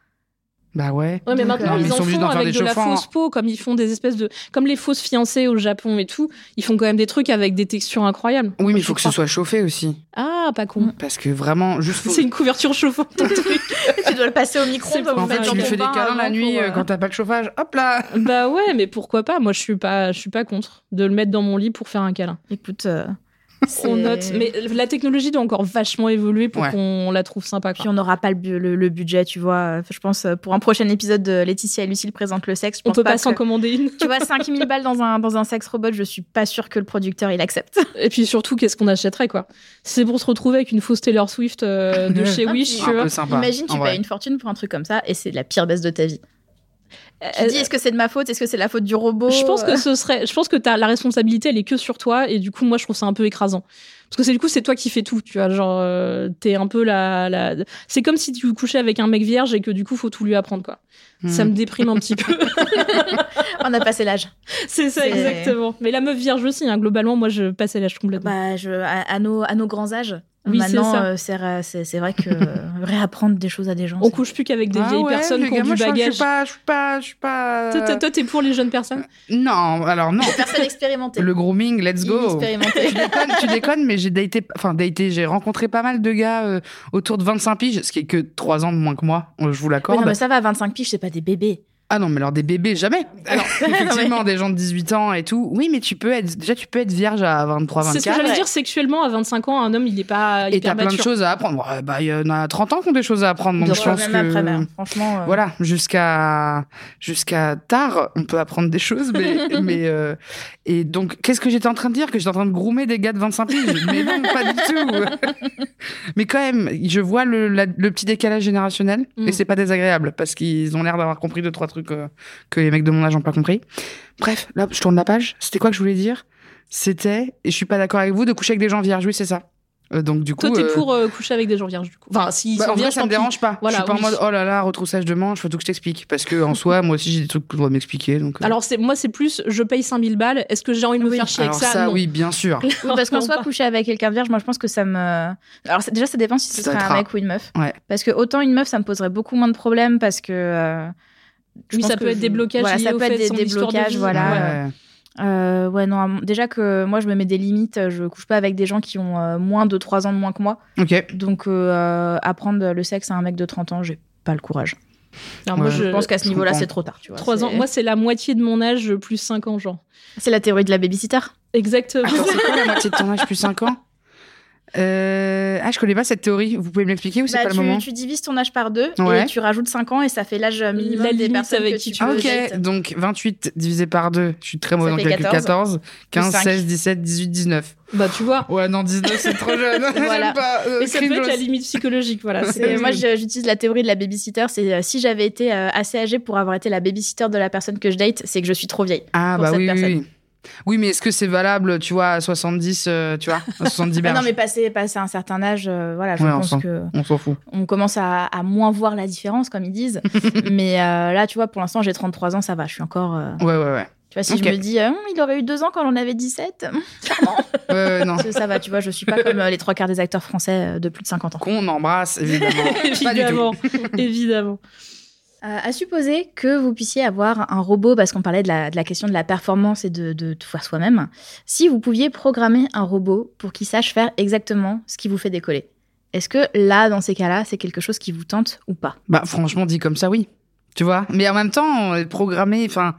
C: Bah ouais.
B: Ouais, mais
A: Donc,
B: maintenant,
A: euh,
B: ils
C: ils
B: en
C: sont obligés
B: font
C: d'en faire
B: avec
C: des
B: de la
C: chauffants, hein.
B: fausse peau, comme ils font des espèces de. Comme les fausses fiancées au Japon et tout, ils font quand même des trucs avec des textures incroyables.
C: Oui,
B: Moi,
C: mais il
B: je
C: faut que ce
B: crois.
C: soit chauffé aussi.
B: Ah, pas con.
C: Parce que vraiment, juste faut-
B: C'est une couverture chauffante, ton truc.
A: tu dois le passer au micro.
B: C'est pour
C: En fait,
B: Ouais,
C: tu lui
B: ton
C: fais des
B: bain
C: câlins la
B: avant
C: nuit
B: pour,
C: euh,
B: euh,
C: quand t'as pas le chauffage. Hop là
B: bah ouais, mais pourquoi pas Moi, je suis pas, je suis pas contre de le mettre dans mon lit pour faire un câlin.
A: Écoute, euh,
B: On
A: c'est-
B: note. Mais la technologie doit encore vachement évoluer pour
C: Ouais.
B: qu'on la trouve sympa. quoi.
A: Puis on n'aura pas le, bu- le- le budget, tu vois. Je pense euh, pour un prochain épisode de Laetitia et Lucille présentent le sexe. je
B: On
A: pense
B: peut pas
A: que-
B: s'en commander une.
A: Tu vois, 5000 balles dans un, dans un sexe robot, je suis pas sûre que le producteur il accepte.
B: Et puis surtout, qu'est-ce qu'on achèterait quoi Si c'est pour se retrouver avec une fausse Taylor Swift euh, de chez
A: Ah,
B: Wish,
A: puis-
B: tu
C: Un
B: vois.
C: peu sympa.
A: Imagine, tu
C: en vrai.
A: payes une fortune pour un truc comme ça et c'est la pire baisse de ta vie. Tu
B: Euh,
A: dis, est-ce que c'est de ma faute Est-ce que c'est la faute du robot
B: Je pense que ce serait, je pense que t'as la responsabilité, elle est que sur toi, et du coup, moi, je trouve ça un peu écrasant. Parce que c'est du coup, c'est toi qui fais tout, tu vois. Genre, euh, t'es un peu la, la. C'est comme si tu couchais avec un mec vierge et que du coup, faut tout lui apprendre, quoi.
C: Hmm.
B: Ça me déprime un petit peu.
A: On a passé l'âge.
B: c'est ça,
A: C'est-
B: exactement. Mais la meuf vierge aussi, hein, globalement, moi, je passais l'âge complètement.
A: Bah, je, à, à nos, à nos grands âges.
B: Oui, c'est
A: Maintenant,
B: ça.
A: euh, c'est ra- c'est c'est vrai que euh, réapprendre des choses à des gens.
B: On
A: c'est-
B: couche plus qu'avec des
C: Ah
B: vieilles
C: ouais,
B: personnes
C: les
B: qui ont
C: gars,
B: du
C: moi, je crois que
B: bagage.
C: Je suis pas. Je suis pas. Ah, Je
B: Toi,
C: suis
B: toi,
C: pas...
B: toi, t'es pour les jeunes personnes
C: Non, alors non.
A: Personne expérimentée.
C: Le grooming, let's go.
A: Inexpérimenté.
C: Tu déconnes, tu déconnes, mais j'ai daté, enfin daté, j'ai rencontré pas mal de gars euh, autour de 25 piges, ce qui est que 3 ans de moins que moi, euh, je vous
A: Oui,
C: l'accorde.
A: non, mais ça va, 25 piges, c'est pas des bébés.
C: Ah non, mais alors des bébés, jamais. Effectivement, des gens de 18 ans et tout. Oui, mais tu peux être, déjà, tu peux être vierge à 23,
B: C'est
C: 24.
B: ce que j'allais
A: ouais.
B: dire sexuellement à 25 ans, un homme, il est pas
C: Et
B: hyper
C: t'as plein de
B: mature.
C: choses à apprendre. Ouais, bah, il y en a 30 ans qui ont des choses à apprendre. Donc,
A: Donc,
C: je pense
A: même
C: que.
A: après, mais franchement. euh,
C: Voilà, jusqu'à jusqu'à tard, on peut apprendre des choses, mais mais euh, et donc qu'est-ce que j'étais en train de dire que j'étais en train de groomer des gars de 25 piges Mais non, pas du tout. mais quand même, je vois le, la- le petit décalage générationnel
B: Mm.
C: et c'est pas désagréable parce qu'ils ont l'air d'avoir compris deux trois trucs euh, que les mecs de mon âge n'ont pas compris. Bref, là, je tourne la page. C'était quoi que je voulais dire C'était et je suis pas d'accord avec vous de coucher avec des gens vierges. Oui, c'est ça. Euh, donc du
B: Toi,
C: coup,
B: t'es
C: euh,
B: pour euh, coucher avec des gens vierges, du coup. Enfin, s'ils
C: bah,
B: sont
C: en vrai,
B: vierges,
C: ça me
B: tant pis.
C: dérange pas.
B: Voilà,
C: je suis pas
B: oui.
C: en mode oh là là, retroussage de manches, faut tout que je t'explique. Parce que en soi, moi aussi, j'ai des trucs que je dois m'expliquer. Donc, euh.
B: Alors c'est moi c'est plus je paye 5000 balles, est-ce que j'ai envie de me faire chier
C: Alors
B: avec ça, Non.
C: oui, bien sûr.
A: Oui, parce qu'en
B: Non,
A: soit
B: pas.
A: coucher avec quelqu'un de vierge, moi je pense que ça me. Alors ça- déjà, ça dépend si ce
C: Ça
A: serait
C: va être
A: un
C: rare.
A: mec ou une meuf.
C: Ouais.
A: Parce que autant une meuf, ça me poserait beaucoup moins de problèmes parce que. euh, je
B: Oui,
A: pense
B: ça
A: que
B: peut être des blocages
A: Voilà,
B: liés
A: ça
B: au
A: peut être
B: fait de
A: des,
B: son
A: des
B: histoire de
A: blocages,
B: vie.
A: voilà.
B: Ouais.
A: euh, Euh, ouais, non, à mon- déjà que moi je me mets des limites, je couche pas avec des gens qui ont euh, moins de 3 ans de moins que moi.
C: Ok.
A: Donc euh, apprendre le sexe à un mec de 30 ans, j'ai pas le courage.
B: Alors, moi
C: Ouais.
B: je,
A: Je pense qu'à ce
C: je
A: niveau-là,
C: comprends.
A: c'est trop tard, tu vois.
B: 3 ans,
A: c'est-
B: moi c'est la moitié de mon âge plus 5 ans genre.
A: c'est la théorie de la babysitter.
B: Exactement.
C: Attends, c'est quoi la moitié de ton âge plus 5 ans Euh, Ah, je connais pas cette théorie. Vous pouvez me l'expliquer ou c'est
A: Bah,
C: pas
A: tu,
C: le moment
A: tu divises ton âge par deux
C: Ouais.
A: et tu rajoutes 5 ans et ça fait l'âge minimum
B: La
A: des
B: limite
A: personnes
B: avec
A: que
B: qui
A: tu
B: tu
A: peux
C: Ok,
A: date.
C: donc 28 divisé par 2, je suis très mauvais
A: Ça
C: dans le
A: fait
C: calcul. 14, 15,
A: Plus
C: 16, 17, 18, 19.
B: bah tu vois.
C: Ouais, non, 19, c'est trop jeune.
A: Voilà.
C: J'aime pas. euh,
B: Mais ça peut être
C: cringeos.
B: la limite psychologique voilà,
A: C'est- moi, je- j'utilise la théorie de la babysitter. C'est euh, si j'avais été euh, assez âgée pour avoir été la babysitter de la personne que je date, c'est que je suis trop vieille.
C: Ah,
A: pour
C: bah
A: cette
C: oui, oui,
A: personne.
C: oui. Oui, mais est-ce que c'est valable, tu vois, à 70, euh, tu vois, à 70
A: Ah
C: berges
A: non, mais passer, passer un certain âge, euh, voilà, je
C: Ouais,
A: pense
C: enfin.
A: que
C: On s'en fout.
A: on commence à, à moins voir la différence, comme ils disent. mais euh, là, tu vois, pour l'instant, j'ai 33 ans, ça va. Je suis encore. euh,
C: Ouais, ouais, ouais.
A: tu vois, si
C: Ok.
A: je me dis, euh, Hum, il aurait eu 2 ans quand on avait 17,
C: Ouais, ouais, non.
A: ça va. Tu vois, je suis pas comme euh, les trois quarts des acteurs français euh, de plus de 50 ans.
C: Qu'on embrasse, évidemment. Pas du tout.
B: évidemment, évidemment.
A: Euh, à supposer que vous puissiez avoir un robot, parce qu'on parlait de la, de la question de la performance et de, de tout faire soi-même, si vous pouviez programmer un robot pour qu'il sache faire exactement ce qui vous fait décoller. Est-ce que là, dans ces cas-là, c'est quelque chose qui vous tente ou pas
C: Bah, franchement, dit comme ça, oui. Tu vois Mais en même temps, euh, programmer, enfin.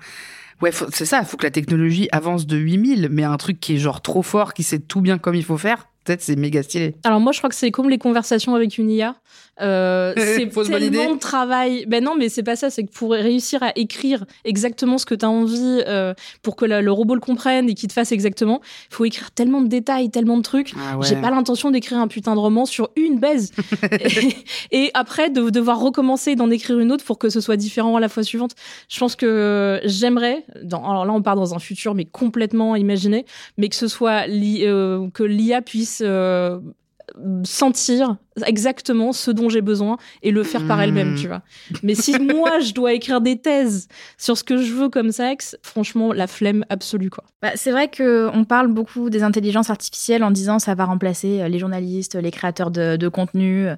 C: Ouais, faut- c'est ça, faut que la technologie avance de 8000, mais un truc qui est genre trop fort, qui sait tout bien comme il faut faire, Peut-être c'est méga stylé.
B: Alors moi, je crois que c'est comme les conversations avec une IA. Euh, c'est
C: Faut se valider.
B: tellement de travail. Ben non, mais c'est pas ça. C'est que pour réussir à écrire exactement ce que tu as envie, euh, pour que la- le robot le comprenne et qu'il te fasse exactement, il faut écrire tellement de détails, tellement de trucs.
C: Ah
B: J'ai pas l'intention d'écrire un putain de roman sur une baise. et, et après, de devoir recommencer et d'en écrire une autre pour que ce soit différent à la fois suivante. Je pense que j'aimerais, dans, alors là, on part dans un futur, mais complètement imaginé, mais que ce soit li- euh, que l'IA puisse euh, sentir exactement ce dont j'ai besoin et le faire par
C: Hmm.
B: elle-même, tu vois. Mais si moi, je dois écrire des thèses sur ce que je veux comme sexe, franchement, la flemme absolue, quoi.
A: Bah, c'est vrai que on parle beaucoup des intelligences artificielles en disant ça va remplacer euh, les journalistes, les créateurs de, de contenu, euh,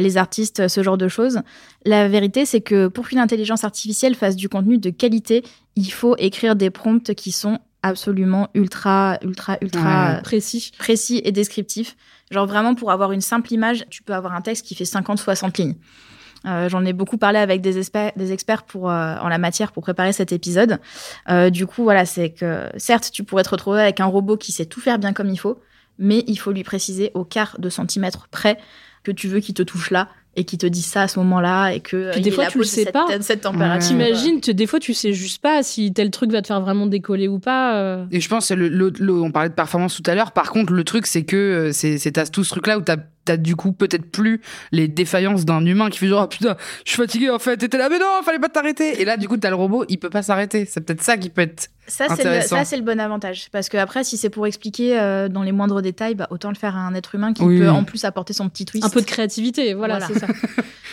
A: les artistes, ce genre de choses. La vérité, c'est que pour qu'une intelligence artificielle fasse du contenu de qualité, il faut écrire des prompts qui sont absolument ultra, ultra, ultra
C: Ouais.
A: euh,
B: Précis.
A: précis et descriptif. Genre vraiment pour avoir une simple image, tu peux avoir un texte qui fait 50-60 lignes. Euh, J'en ai beaucoup parlé avec des, espe- des experts pour, euh, en la matière pour préparer cet épisode. Euh, du coup, voilà, c'est que certes, tu pourrais te retrouver avec un robot qui sait tout faire bien comme il faut, mais il faut lui préciser au quart de centimètre près que tu veux qu'il te touche là et qu'il te dise ça à ce moment-là et que euh,
B: Puis des
A: il
B: fois,
A: est la
B: tu le
A: pose de
B: sais
A: cette,
B: pas.
A: cette température.
B: T'imagines, tu- des fois, tu sais juste pas si tel truc va te faire vraiment décoller ou pas. euh.
C: Et je pense, c'est le, le- le- on parlait de performance tout à l'heure. Par contre, le truc, c'est que euh, c'est c'est- t'as tout ce truc-là où t'as as du coup peut-être plus les défaillances d'un humain qui fait genre ah putain, je suis fatigué en fait. Et t'es là, mais non, fallait pas t'arrêter. Et là, du coup, t'as le robot, il peut pas s'arrêter. C'est peut-être ça qui peut être.
A: Ça, c'est le,
C: Intéressant.
A: ça, c'est le bon avantage. Parce que après, si c'est pour expliquer euh, dans les moindres détails, bah, autant le faire à un être humain qui
C: Oui.
A: peut en plus apporter son petit twist.
B: Un peu de créativité, voilà,
A: Voilà.
B: c'est ça.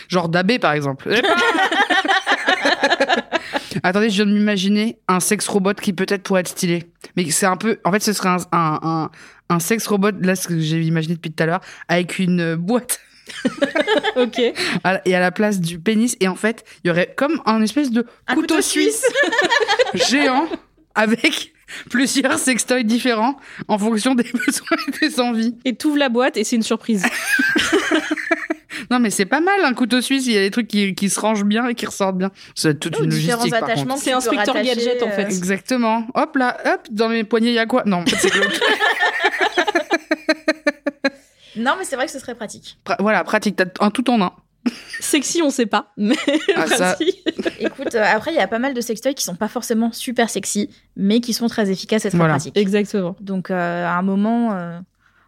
C: Genre d'abbé, par exemple. Eh ben Attendez, je viens de m'imaginer un sexe robot qui peut-être pourrait être stylé. Mais c'est un peu. En fait, ce serait un, un, un, un sexe robot, là, ce que j'ai imaginé depuis tout à l'heure, avec une euh, boîte.
B: ok.
C: à la- et à la place du pénis. Et en fait, il y aurait comme un espèce de
A: Un
C: couteau,
A: couteau
C: suisse géant avec plusieurs sextoys différents en fonction des besoins et des envies.
B: Et t'ouvres la boîte et c'est une surprise.
C: Non, mais c'est pas mal un couteau suisse. Il y a des trucs qui, qui se rangent bien et qui ressortent bien. C'est toute une
A: différents
C: logistique. par contre.
A: attachements.
B: C'est inspecteur gadget, en
A: euh,
B: fait.
C: Exactement. Hop là, hop, dans mes poignets, il y a quoi Non, en fait, c'est que l'autre.
A: Non, mais c'est vrai que ce serait pratique.
C: Pra- Voilà, pratique, t'as un tout en un.
B: Sexy, on sait pas, mais
C: Ah, ça-
B: vas-y.
A: Écoute, euh, après, il y a pas mal de sextoys qui sont pas forcément super sexy, mais qui sont très efficaces et très
C: Voilà.
A: pratiques.
B: Exactement.
A: Donc, euh, à un moment, euh,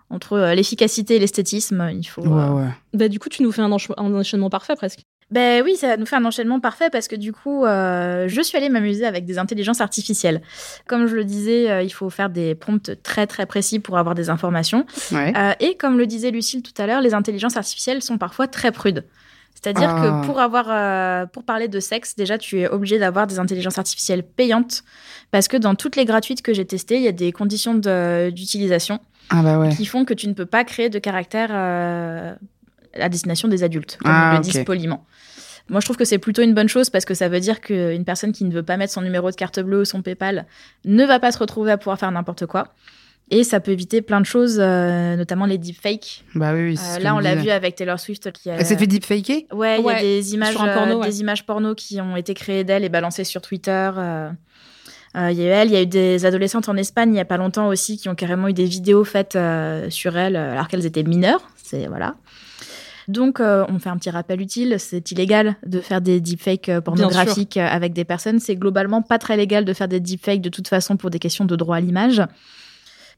A: entre euh, l'efficacité et l'esthétisme, il faut. euh,
C: ouais.
B: Bah, du coup, tu nous fais un, encha- un enchaînement parfait presque.
A: Ben oui, ça nous fait un enchaînement parfait parce que du coup, euh, je suis allée m'amuser avec des intelligences artificielles. Comme je le disais, euh, il faut faire des prompts très très précis pour avoir des informations.
C: Ouais.
A: Euh, et comme le disait Lucille tout à l'heure, les intelligences artificielles sont parfois très prudes. C'est-à-dire
C: Ah.
A: que pour avoir, euh, pour parler de sexe, déjà tu es obligé d'avoir des intelligences artificielles payantes parce que dans toutes les gratuites que j'ai testées, il y a des conditions de- d'utilisation
C: Ah bah ouais.
A: qui font que tu ne peux pas créer de caractère euh, à destination des adultes, comme
C: Ah,
A: ils le
C: ok.
A: disent poliment. Moi, je trouve que c'est plutôt une bonne chose parce que ça veut dire qu'une personne qui ne veut pas mettre son numéro de carte bleue ou son PayPal ne va pas se retrouver à pouvoir faire n'importe quoi. Et ça peut éviter plein de choses, euh, notamment les deepfakes.
C: Bah oui, oui.
A: Euh,
C: c'est ce que
A: là, on
C: je
A: l'a
C: disais.
A: vu euh, avec Taylor Swift qui a.
C: Elle s'est fait deepfaker
A: Ouais, il y
B: Ouais,
A: a des images,
B: sur un
A: euh,
B: porno,
A: des images porno qui ont été créées d'elle et balancées sur Twitter. euh. Euh, Il y a eu elle, il y a eu des adolescentes en Espagne il y a pas longtemps aussi qui ont carrément eu des vidéos faites euh, sur elle euh, alors qu'elles étaient mineures. C'est voilà. Donc, euh, on fait un petit rappel utile. C'est illégal de faire des deepfakes euh, pornographiques euh, avec des personnes. C'est globalement pas très légal de faire des deepfakes de toute façon pour des questions de droit à l'image.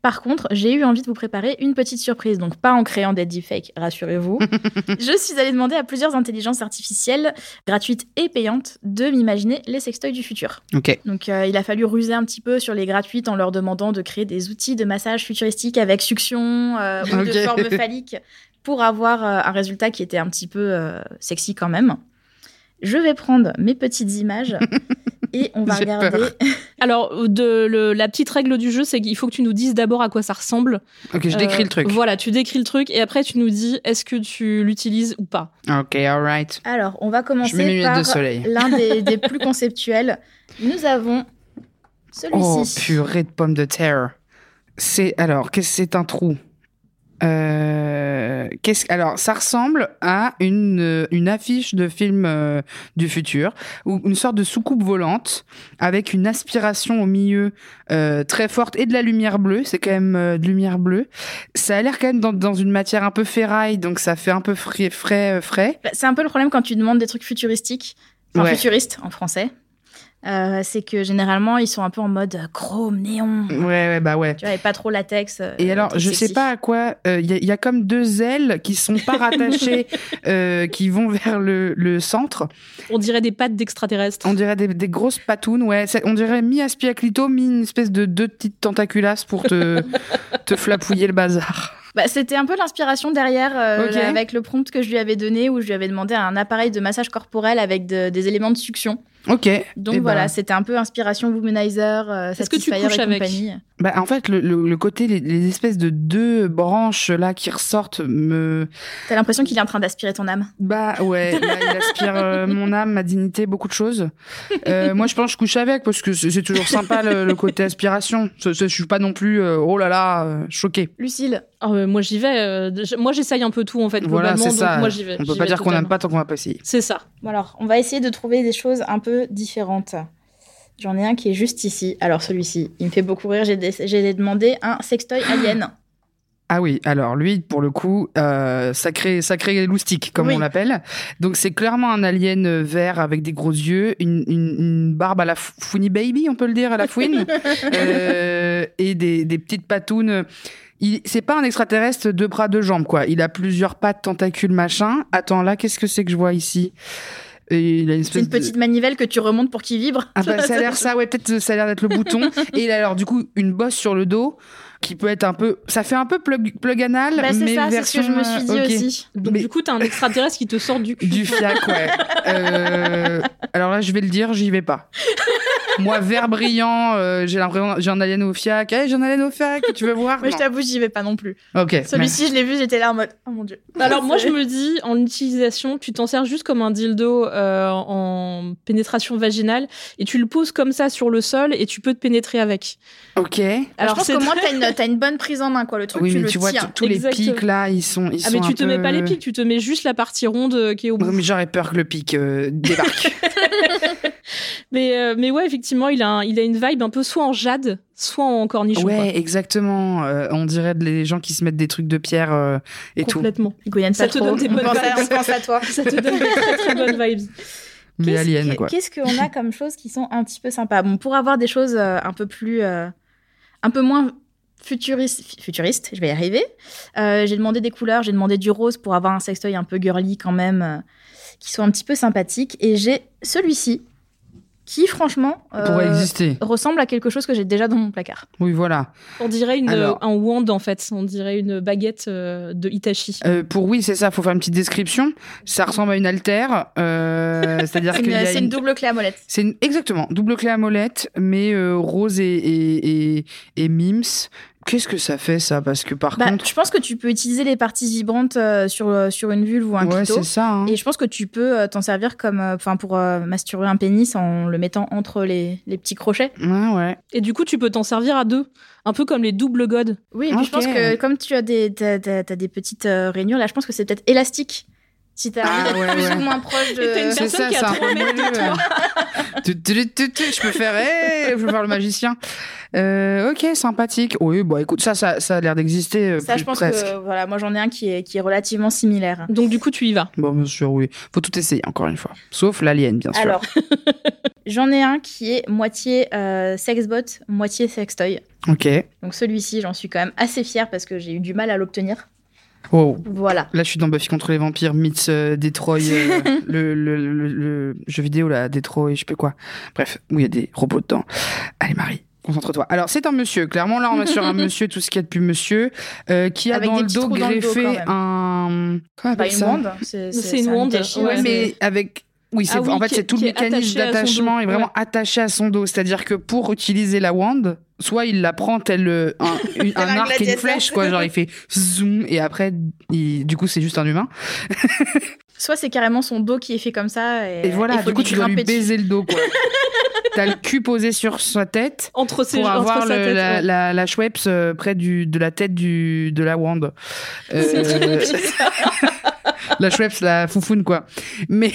A: Par contre, j'ai eu envie de vous préparer une petite surprise. Donc, pas en créant des deepfakes, rassurez-vous. je suis allée demander à plusieurs intelligences artificielles, gratuites et payantes, de m'imaginer les sextoys du futur.
C: Ok.
A: Donc, euh, il a fallu ruser un petit peu sur les gratuites en leur demandant de créer des outils de massage futuristiques avec succion euh, ou
C: Ok.
A: de forme phallique pour avoir euh, un résultat qui était un petit peu euh, sexy quand même. Je vais prendre mes petites images et on va
C: J'ai peur.
A: regarder.
B: Alors, de le- la petite règle du jeu, c'est qu'il faut que tu nous dises d'abord à quoi ça ressemble.
C: Ok, je décris
B: Euh,
C: le truc.
B: Voilà, tu décris le truc et après, tu nous dis est-ce que tu l'utilises ou pas.
C: Ok, alright.
A: Alors, on va
C: Je mets mes
A: commencer
C: lunettes
A: par
C: de soleil.
A: l'un des, des plus conceptuels. Nous avons
C: Oh,
A: celui-ci.
C: purée de pommes de terre. C'est alors, qu'est-ce que c'est un trou Euh, qu'est-ce alors ça ressemble à une euh, une affiche de film euh, du futur ou une sorte de soucoupe volante avec une aspiration au milieu euh, très forte et de la lumière bleue. C'est quand même euh, de lumière bleue. Ça a l'air quand même dans, dans une matière un peu ferraille, donc ça fait un peu frais frais euh, frais.
A: Bah, C'est un peu le problème quand tu demandes des trucs futuristiques, enfin
C: Ouais.
A: futuristes en français. Euh, c'est que généralement ils sont un peu en mode euh, chrome, néon,
C: Ouais ouais bah ouais.
A: tu vois, et pas trop latex. euh,
C: Et
A: des
C: alors,
A: trucs
C: je sais
A: sexy.
C: pas à quoi. Il y, a- y a comme deux ailes qui sont pas rattachées, euh, qui vont vers le, le centre.
B: On dirait des pattes d'extraterrestres.
C: On dirait des, des grosses patounes. Ouais, C'est- on dirait mi aspiaclito, mi une espèce de deux petites tentaculasses pour te, te flapouiller le bazar.
A: Bah, C'était un peu l'inspiration derrière euh,
C: Ok.
A: là, avec le prompt que je lui avais donné où je lui avais demandé un appareil de massage corporel avec de- des éléments de succion.
C: Ok.
A: Donc
C: Eh ben,
A: voilà, c'était un peu inspiration womanizer, euh,
B: Est-ce que tu
A: Satisfyer
B: couches
A: et
B: avec
A: compagnie.
C: bah, en fait, le, le- le côté les, les espèces de deux branches là qui ressortent me.
A: T'as l'impression qu'il est en train d'aspirer ton âme.
C: Bah ouais, là, il aspire euh, mon âme, ma dignité, beaucoup de choses. Euh, moi, je pense que je couche avec parce que c'est c'est toujours sympa le, le côté aspiration. Je, je suis pas non plus euh, oh là là euh, choquée.
A: Lucille,
B: Ah, euh, moi j'y vais. euh, je- moi j'essaye un peu tout en fait.
C: Voilà,
B: globalement,
C: c'est
B: donc
C: ça.
B: Moi j'y vais.
C: On peut
B: J'y
C: pas
B: vais
C: dire qu'on
B: totalement.
C: n'aime pas tant qu'on va pas essayer.
B: C'est ça.
A: Bon alors, on va essayer de trouver des choses un peu différentes. J'en ai un qui est juste ici. Alors celui-ci, il me fait beaucoup rire. J'ai dé- j'ai demandé un sextoy alien.
C: Ah oui, alors lui, pour le coup, euh, sacré, sacré loustique, comme
A: Oui.
C: on l'appelle. Donc c'est clairement un alien euh, vert avec des gros yeux, une, une- une barbe à la fou- Fouini Baby, on peut le dire, à la fouine, euh, et des, des petites patounes. Il- C'est pas un extraterrestre deux bras, deux jambes, quoi. Il a plusieurs pattes, tentacules, machin. Attends, là, qu'est-ce que c'est que je vois ici Et il a une
A: C'est
C: espèce
A: une
C: de-
A: petite manivelle que tu remontes pour qu'il vibre.
C: ah bah, ça a l'air ça, ouais, peut-être euh, ça a l'air d'être le bouton. Et il a alors du coup une bosse sur le dos qui peut être un peu. Ça fait un peu plug, plug anal,
A: Bah, c'est
C: mais
A: ça, c'est ce
C: version.
A: que je me suis dit
C: euh, ok.
A: aussi.
B: Donc
C: Mais-
B: du coup t'as un extraterrestre qui te sort du cul.
C: Du fiac, ouais. Euh, alors là, je vais le dire, j'y vais pas. Moi, vert brillant, euh, j'ai l'impression j'ai un alien au fiac. Eh, j'ai un alien au fiac, tu veux voir
A: Mais je
C: Non.
A: t'avoue, j'y vais pas non plus.
C: Ok. merci.
A: Celui-ci, je l'ai vu, j'étais là en mode Oh mon dieu.
B: Alors moi je me dis en utilisation, tu t'en sers juste comme un dildo euh, en pénétration vaginale et tu le poses comme ça sur le sol et tu peux te pénétrer avec.
C: Ok.
A: Alors, je pense
B: c'est
A: qu'au moins, t'as une, t'as une bonne prise en main, quoi. Le truc,
C: Oui,
A: Oh, tu
C: mais
A: le
C: tu vois,
A: tiens.
C: tous les
B: Exactement.
C: pics là, ils sont. Ils
B: Ah mais
C: sont
B: tu
C: un
B: te mets
C: peu-
B: pas les pics, tu te mets juste la partie ronde euh, qui est au bout.
C: Non, mais j'aurais peur que le pic euh, débarque.
B: Mais euh, mais ouais effectivement il a un- il a une vibe un peu soit en jade, soit en cornichon. quoi.
C: ouais, exactement. Euh, on dirait les gens qui se mettent des trucs de pierre euh, et tout.
B: complètement.
A: Ils goyennent
B: Ça
A: pas
B: te
A: trop.
B: donne des
A: on,
B: bonnes
A: pense à,
B: vibes.
A: on pense à toi.
B: Ça te donne des très très bonnes vibes.
C: Mais
A: Qu'est-ce
C: alien,
A: que-
C: quoi.
A: Qu'est-ce qu'on a comme choses qui sont un petit peu sympas Bon, pour avoir des choses euh, un peu plus. euh, un peu moins futuristes, futuriste, je vais y arriver. Euh, j'ai demandé des couleurs, j'ai demandé du rose pour avoir un sextoy un peu girly quand même, euh, qui soit un petit peu sympathique. Et j'ai celui-ci, qui franchement. euh,
C: Pourrait exister.
A: ressemble à quelque chose que j'ai déjà dans mon placard.
C: Oui, voilà.
B: On dirait une,
C: Alors-
B: un wand en fait, on dirait une baguette euh, de Itachi.
C: Euh, pour oui, c'est ça, faut faire une petite description. Ça ressemble à une altère. euh, C'est-à-dire
A: C'est
C: qu'il y
A: une,
C: a
A: c'est une double clé à molette.
C: C'est une- exactement double clé à molette, mais euh, rose et, et, et, et mims. Qu'est-ce que ça fait ça Parce que par
A: Bah,
C: contre,
A: je pense que tu peux utiliser les parties vibrantes euh, sur, euh, sur une vulve ou un
C: ouais,
A: clito.
C: c'est ça. hein.
A: Et je pense que tu peux euh, t'en servir comme, enfin, pour euh, masturber un pénis en le mettant entre les, les petits crochets.
C: Ouais, ouais.
B: Et du coup, tu peux t'en servir à deux, un peu comme les doubles godes.
A: Oui, et puis je
C: Ok.
A: pense que comme tu as des, t'as, t'as- t'as des petites euh, rainures, là, je pense que c'est peut-être élastique. Si t'as
C: Ah,
A: envie d'être
C: ouais,
A: plus
C: ouais.
A: ou moins proche de.
B: Et t'as une
C: C'est
B: personne
C: ça,
B: qui a
C: c'est un
B: trois
C: peu
B: mètres de
C: mieux,
B: toi.
C: ouais. Tu- tu- tu- tu- Je peux faire, eh, je peux faire le magicien. Euh, ok, sympathique. Oui, bon, écoute, ça, ça, ça a l'air d'exister. euh,
A: Ça,
C: plus-
A: je pense
C: presque.
A: que voilà, moi j'en ai un qui est, qui est relativement similaire.
B: Donc du coup, tu y vas.
C: Bon, bien sûr, oui. Faut tout essayer, encore une fois. Sauf l'alien, bien sûr.
A: Alors, j'en ai un qui est moitié euh, sexbot, moitié sextoy.
C: Ok.
A: Donc celui-ci, j'en suis quand même assez fière parce que j'ai eu du mal à l'obtenir.
C: Wow.
A: Voilà.
C: Là, je suis dans Buffy contre les vampires, Myths, euh, Detroit, euh, le, le- le- le jeu vidéo, là, Detroit, je sais plus quoi. Bref, où il y a des robots dedans. Allez, Marie, concentre-toi. Alors, c'est un monsieur. Clairement, là, on est sur un monsieur, tout ce qu'il y a de plus monsieur, euh, qui a
A: Avec
C: dans
A: des
C: le
A: petits
C: dos
A: trous dans le dos,
C: greffé
A: quand même.
C: un. Comment on
A: Pas
C: appelle
A: une
C: ça Euh,
A: wand. C'est
B: C'est une
A: un
B: wand,
A: itachi,
B: ouais,
A: ouais,
C: mais
A: mais-
C: avec. Oui, c'est
B: Ah oui,
C: en fait,
B: qui-
C: c'est tout
B: qui
C: le
B: est
C: mécanisme
B: attaché à son
C: d'attachement
B: dos,
C: est vraiment
B: ouais.
C: attaché à son dos. C'est-à-dire que pour utiliser la wand, soit il la prend tel euh, un,
A: Tel
C: une- un
A: un
C: arc et une
A: gladiateur.
C: flèche, quoi. Genre, il fait zoom et après, il- du coup, c'est juste un humain.
A: Soit c'est carrément son dos qui est fait comme ça. Et,
C: Et voilà,
A: il faut
C: du coup, tu dois lui
A: grimper dessus.
C: baiser le dos, quoi. T'as le cul posé sur sa tête
B: Entre ses
C: pour
B: entre
C: avoir
B: sa
C: le-
B: tête,
C: la,
B: ouais.
C: la, la Schweppes, euh, près du, de la tête du, de la Wand. Euh,
B: C'est très bizarre.
C: la Schweppes, la foufoune, quoi. Mais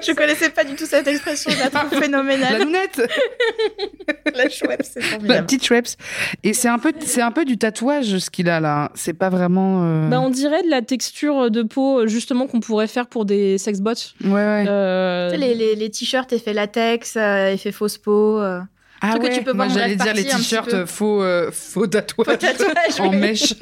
A: Je connaissais pas du tout cette expression, je la trouve
C: la
A: phénoménale. Bah,
C: nounette
A: La chouette, c'est
C: La
A: formidable.
C: petite Schweppes. Et c'est un peu, c'est un peu du tatouage ce qu'il a là. C'est pas vraiment. euh,
A: Ben,
B: Bah, on dirait de la texture de peau justement qu'on pourrait faire pour des sexbots.
C: Ouais, ouais.
B: Euh,
A: Tu sais, Les, les, les t-shirts effet latex, euh, effet fausse peau. euh,
C: ah
A: truc que tu peux
C: Moi
A: voir en
C: j'allais dire
A: draft
C: les
A: party un petit
C: t-shirts
A: peu.
C: faux, euh, faux tatouages.
A: faux tatouage,
C: En
A: oui.
C: mèche.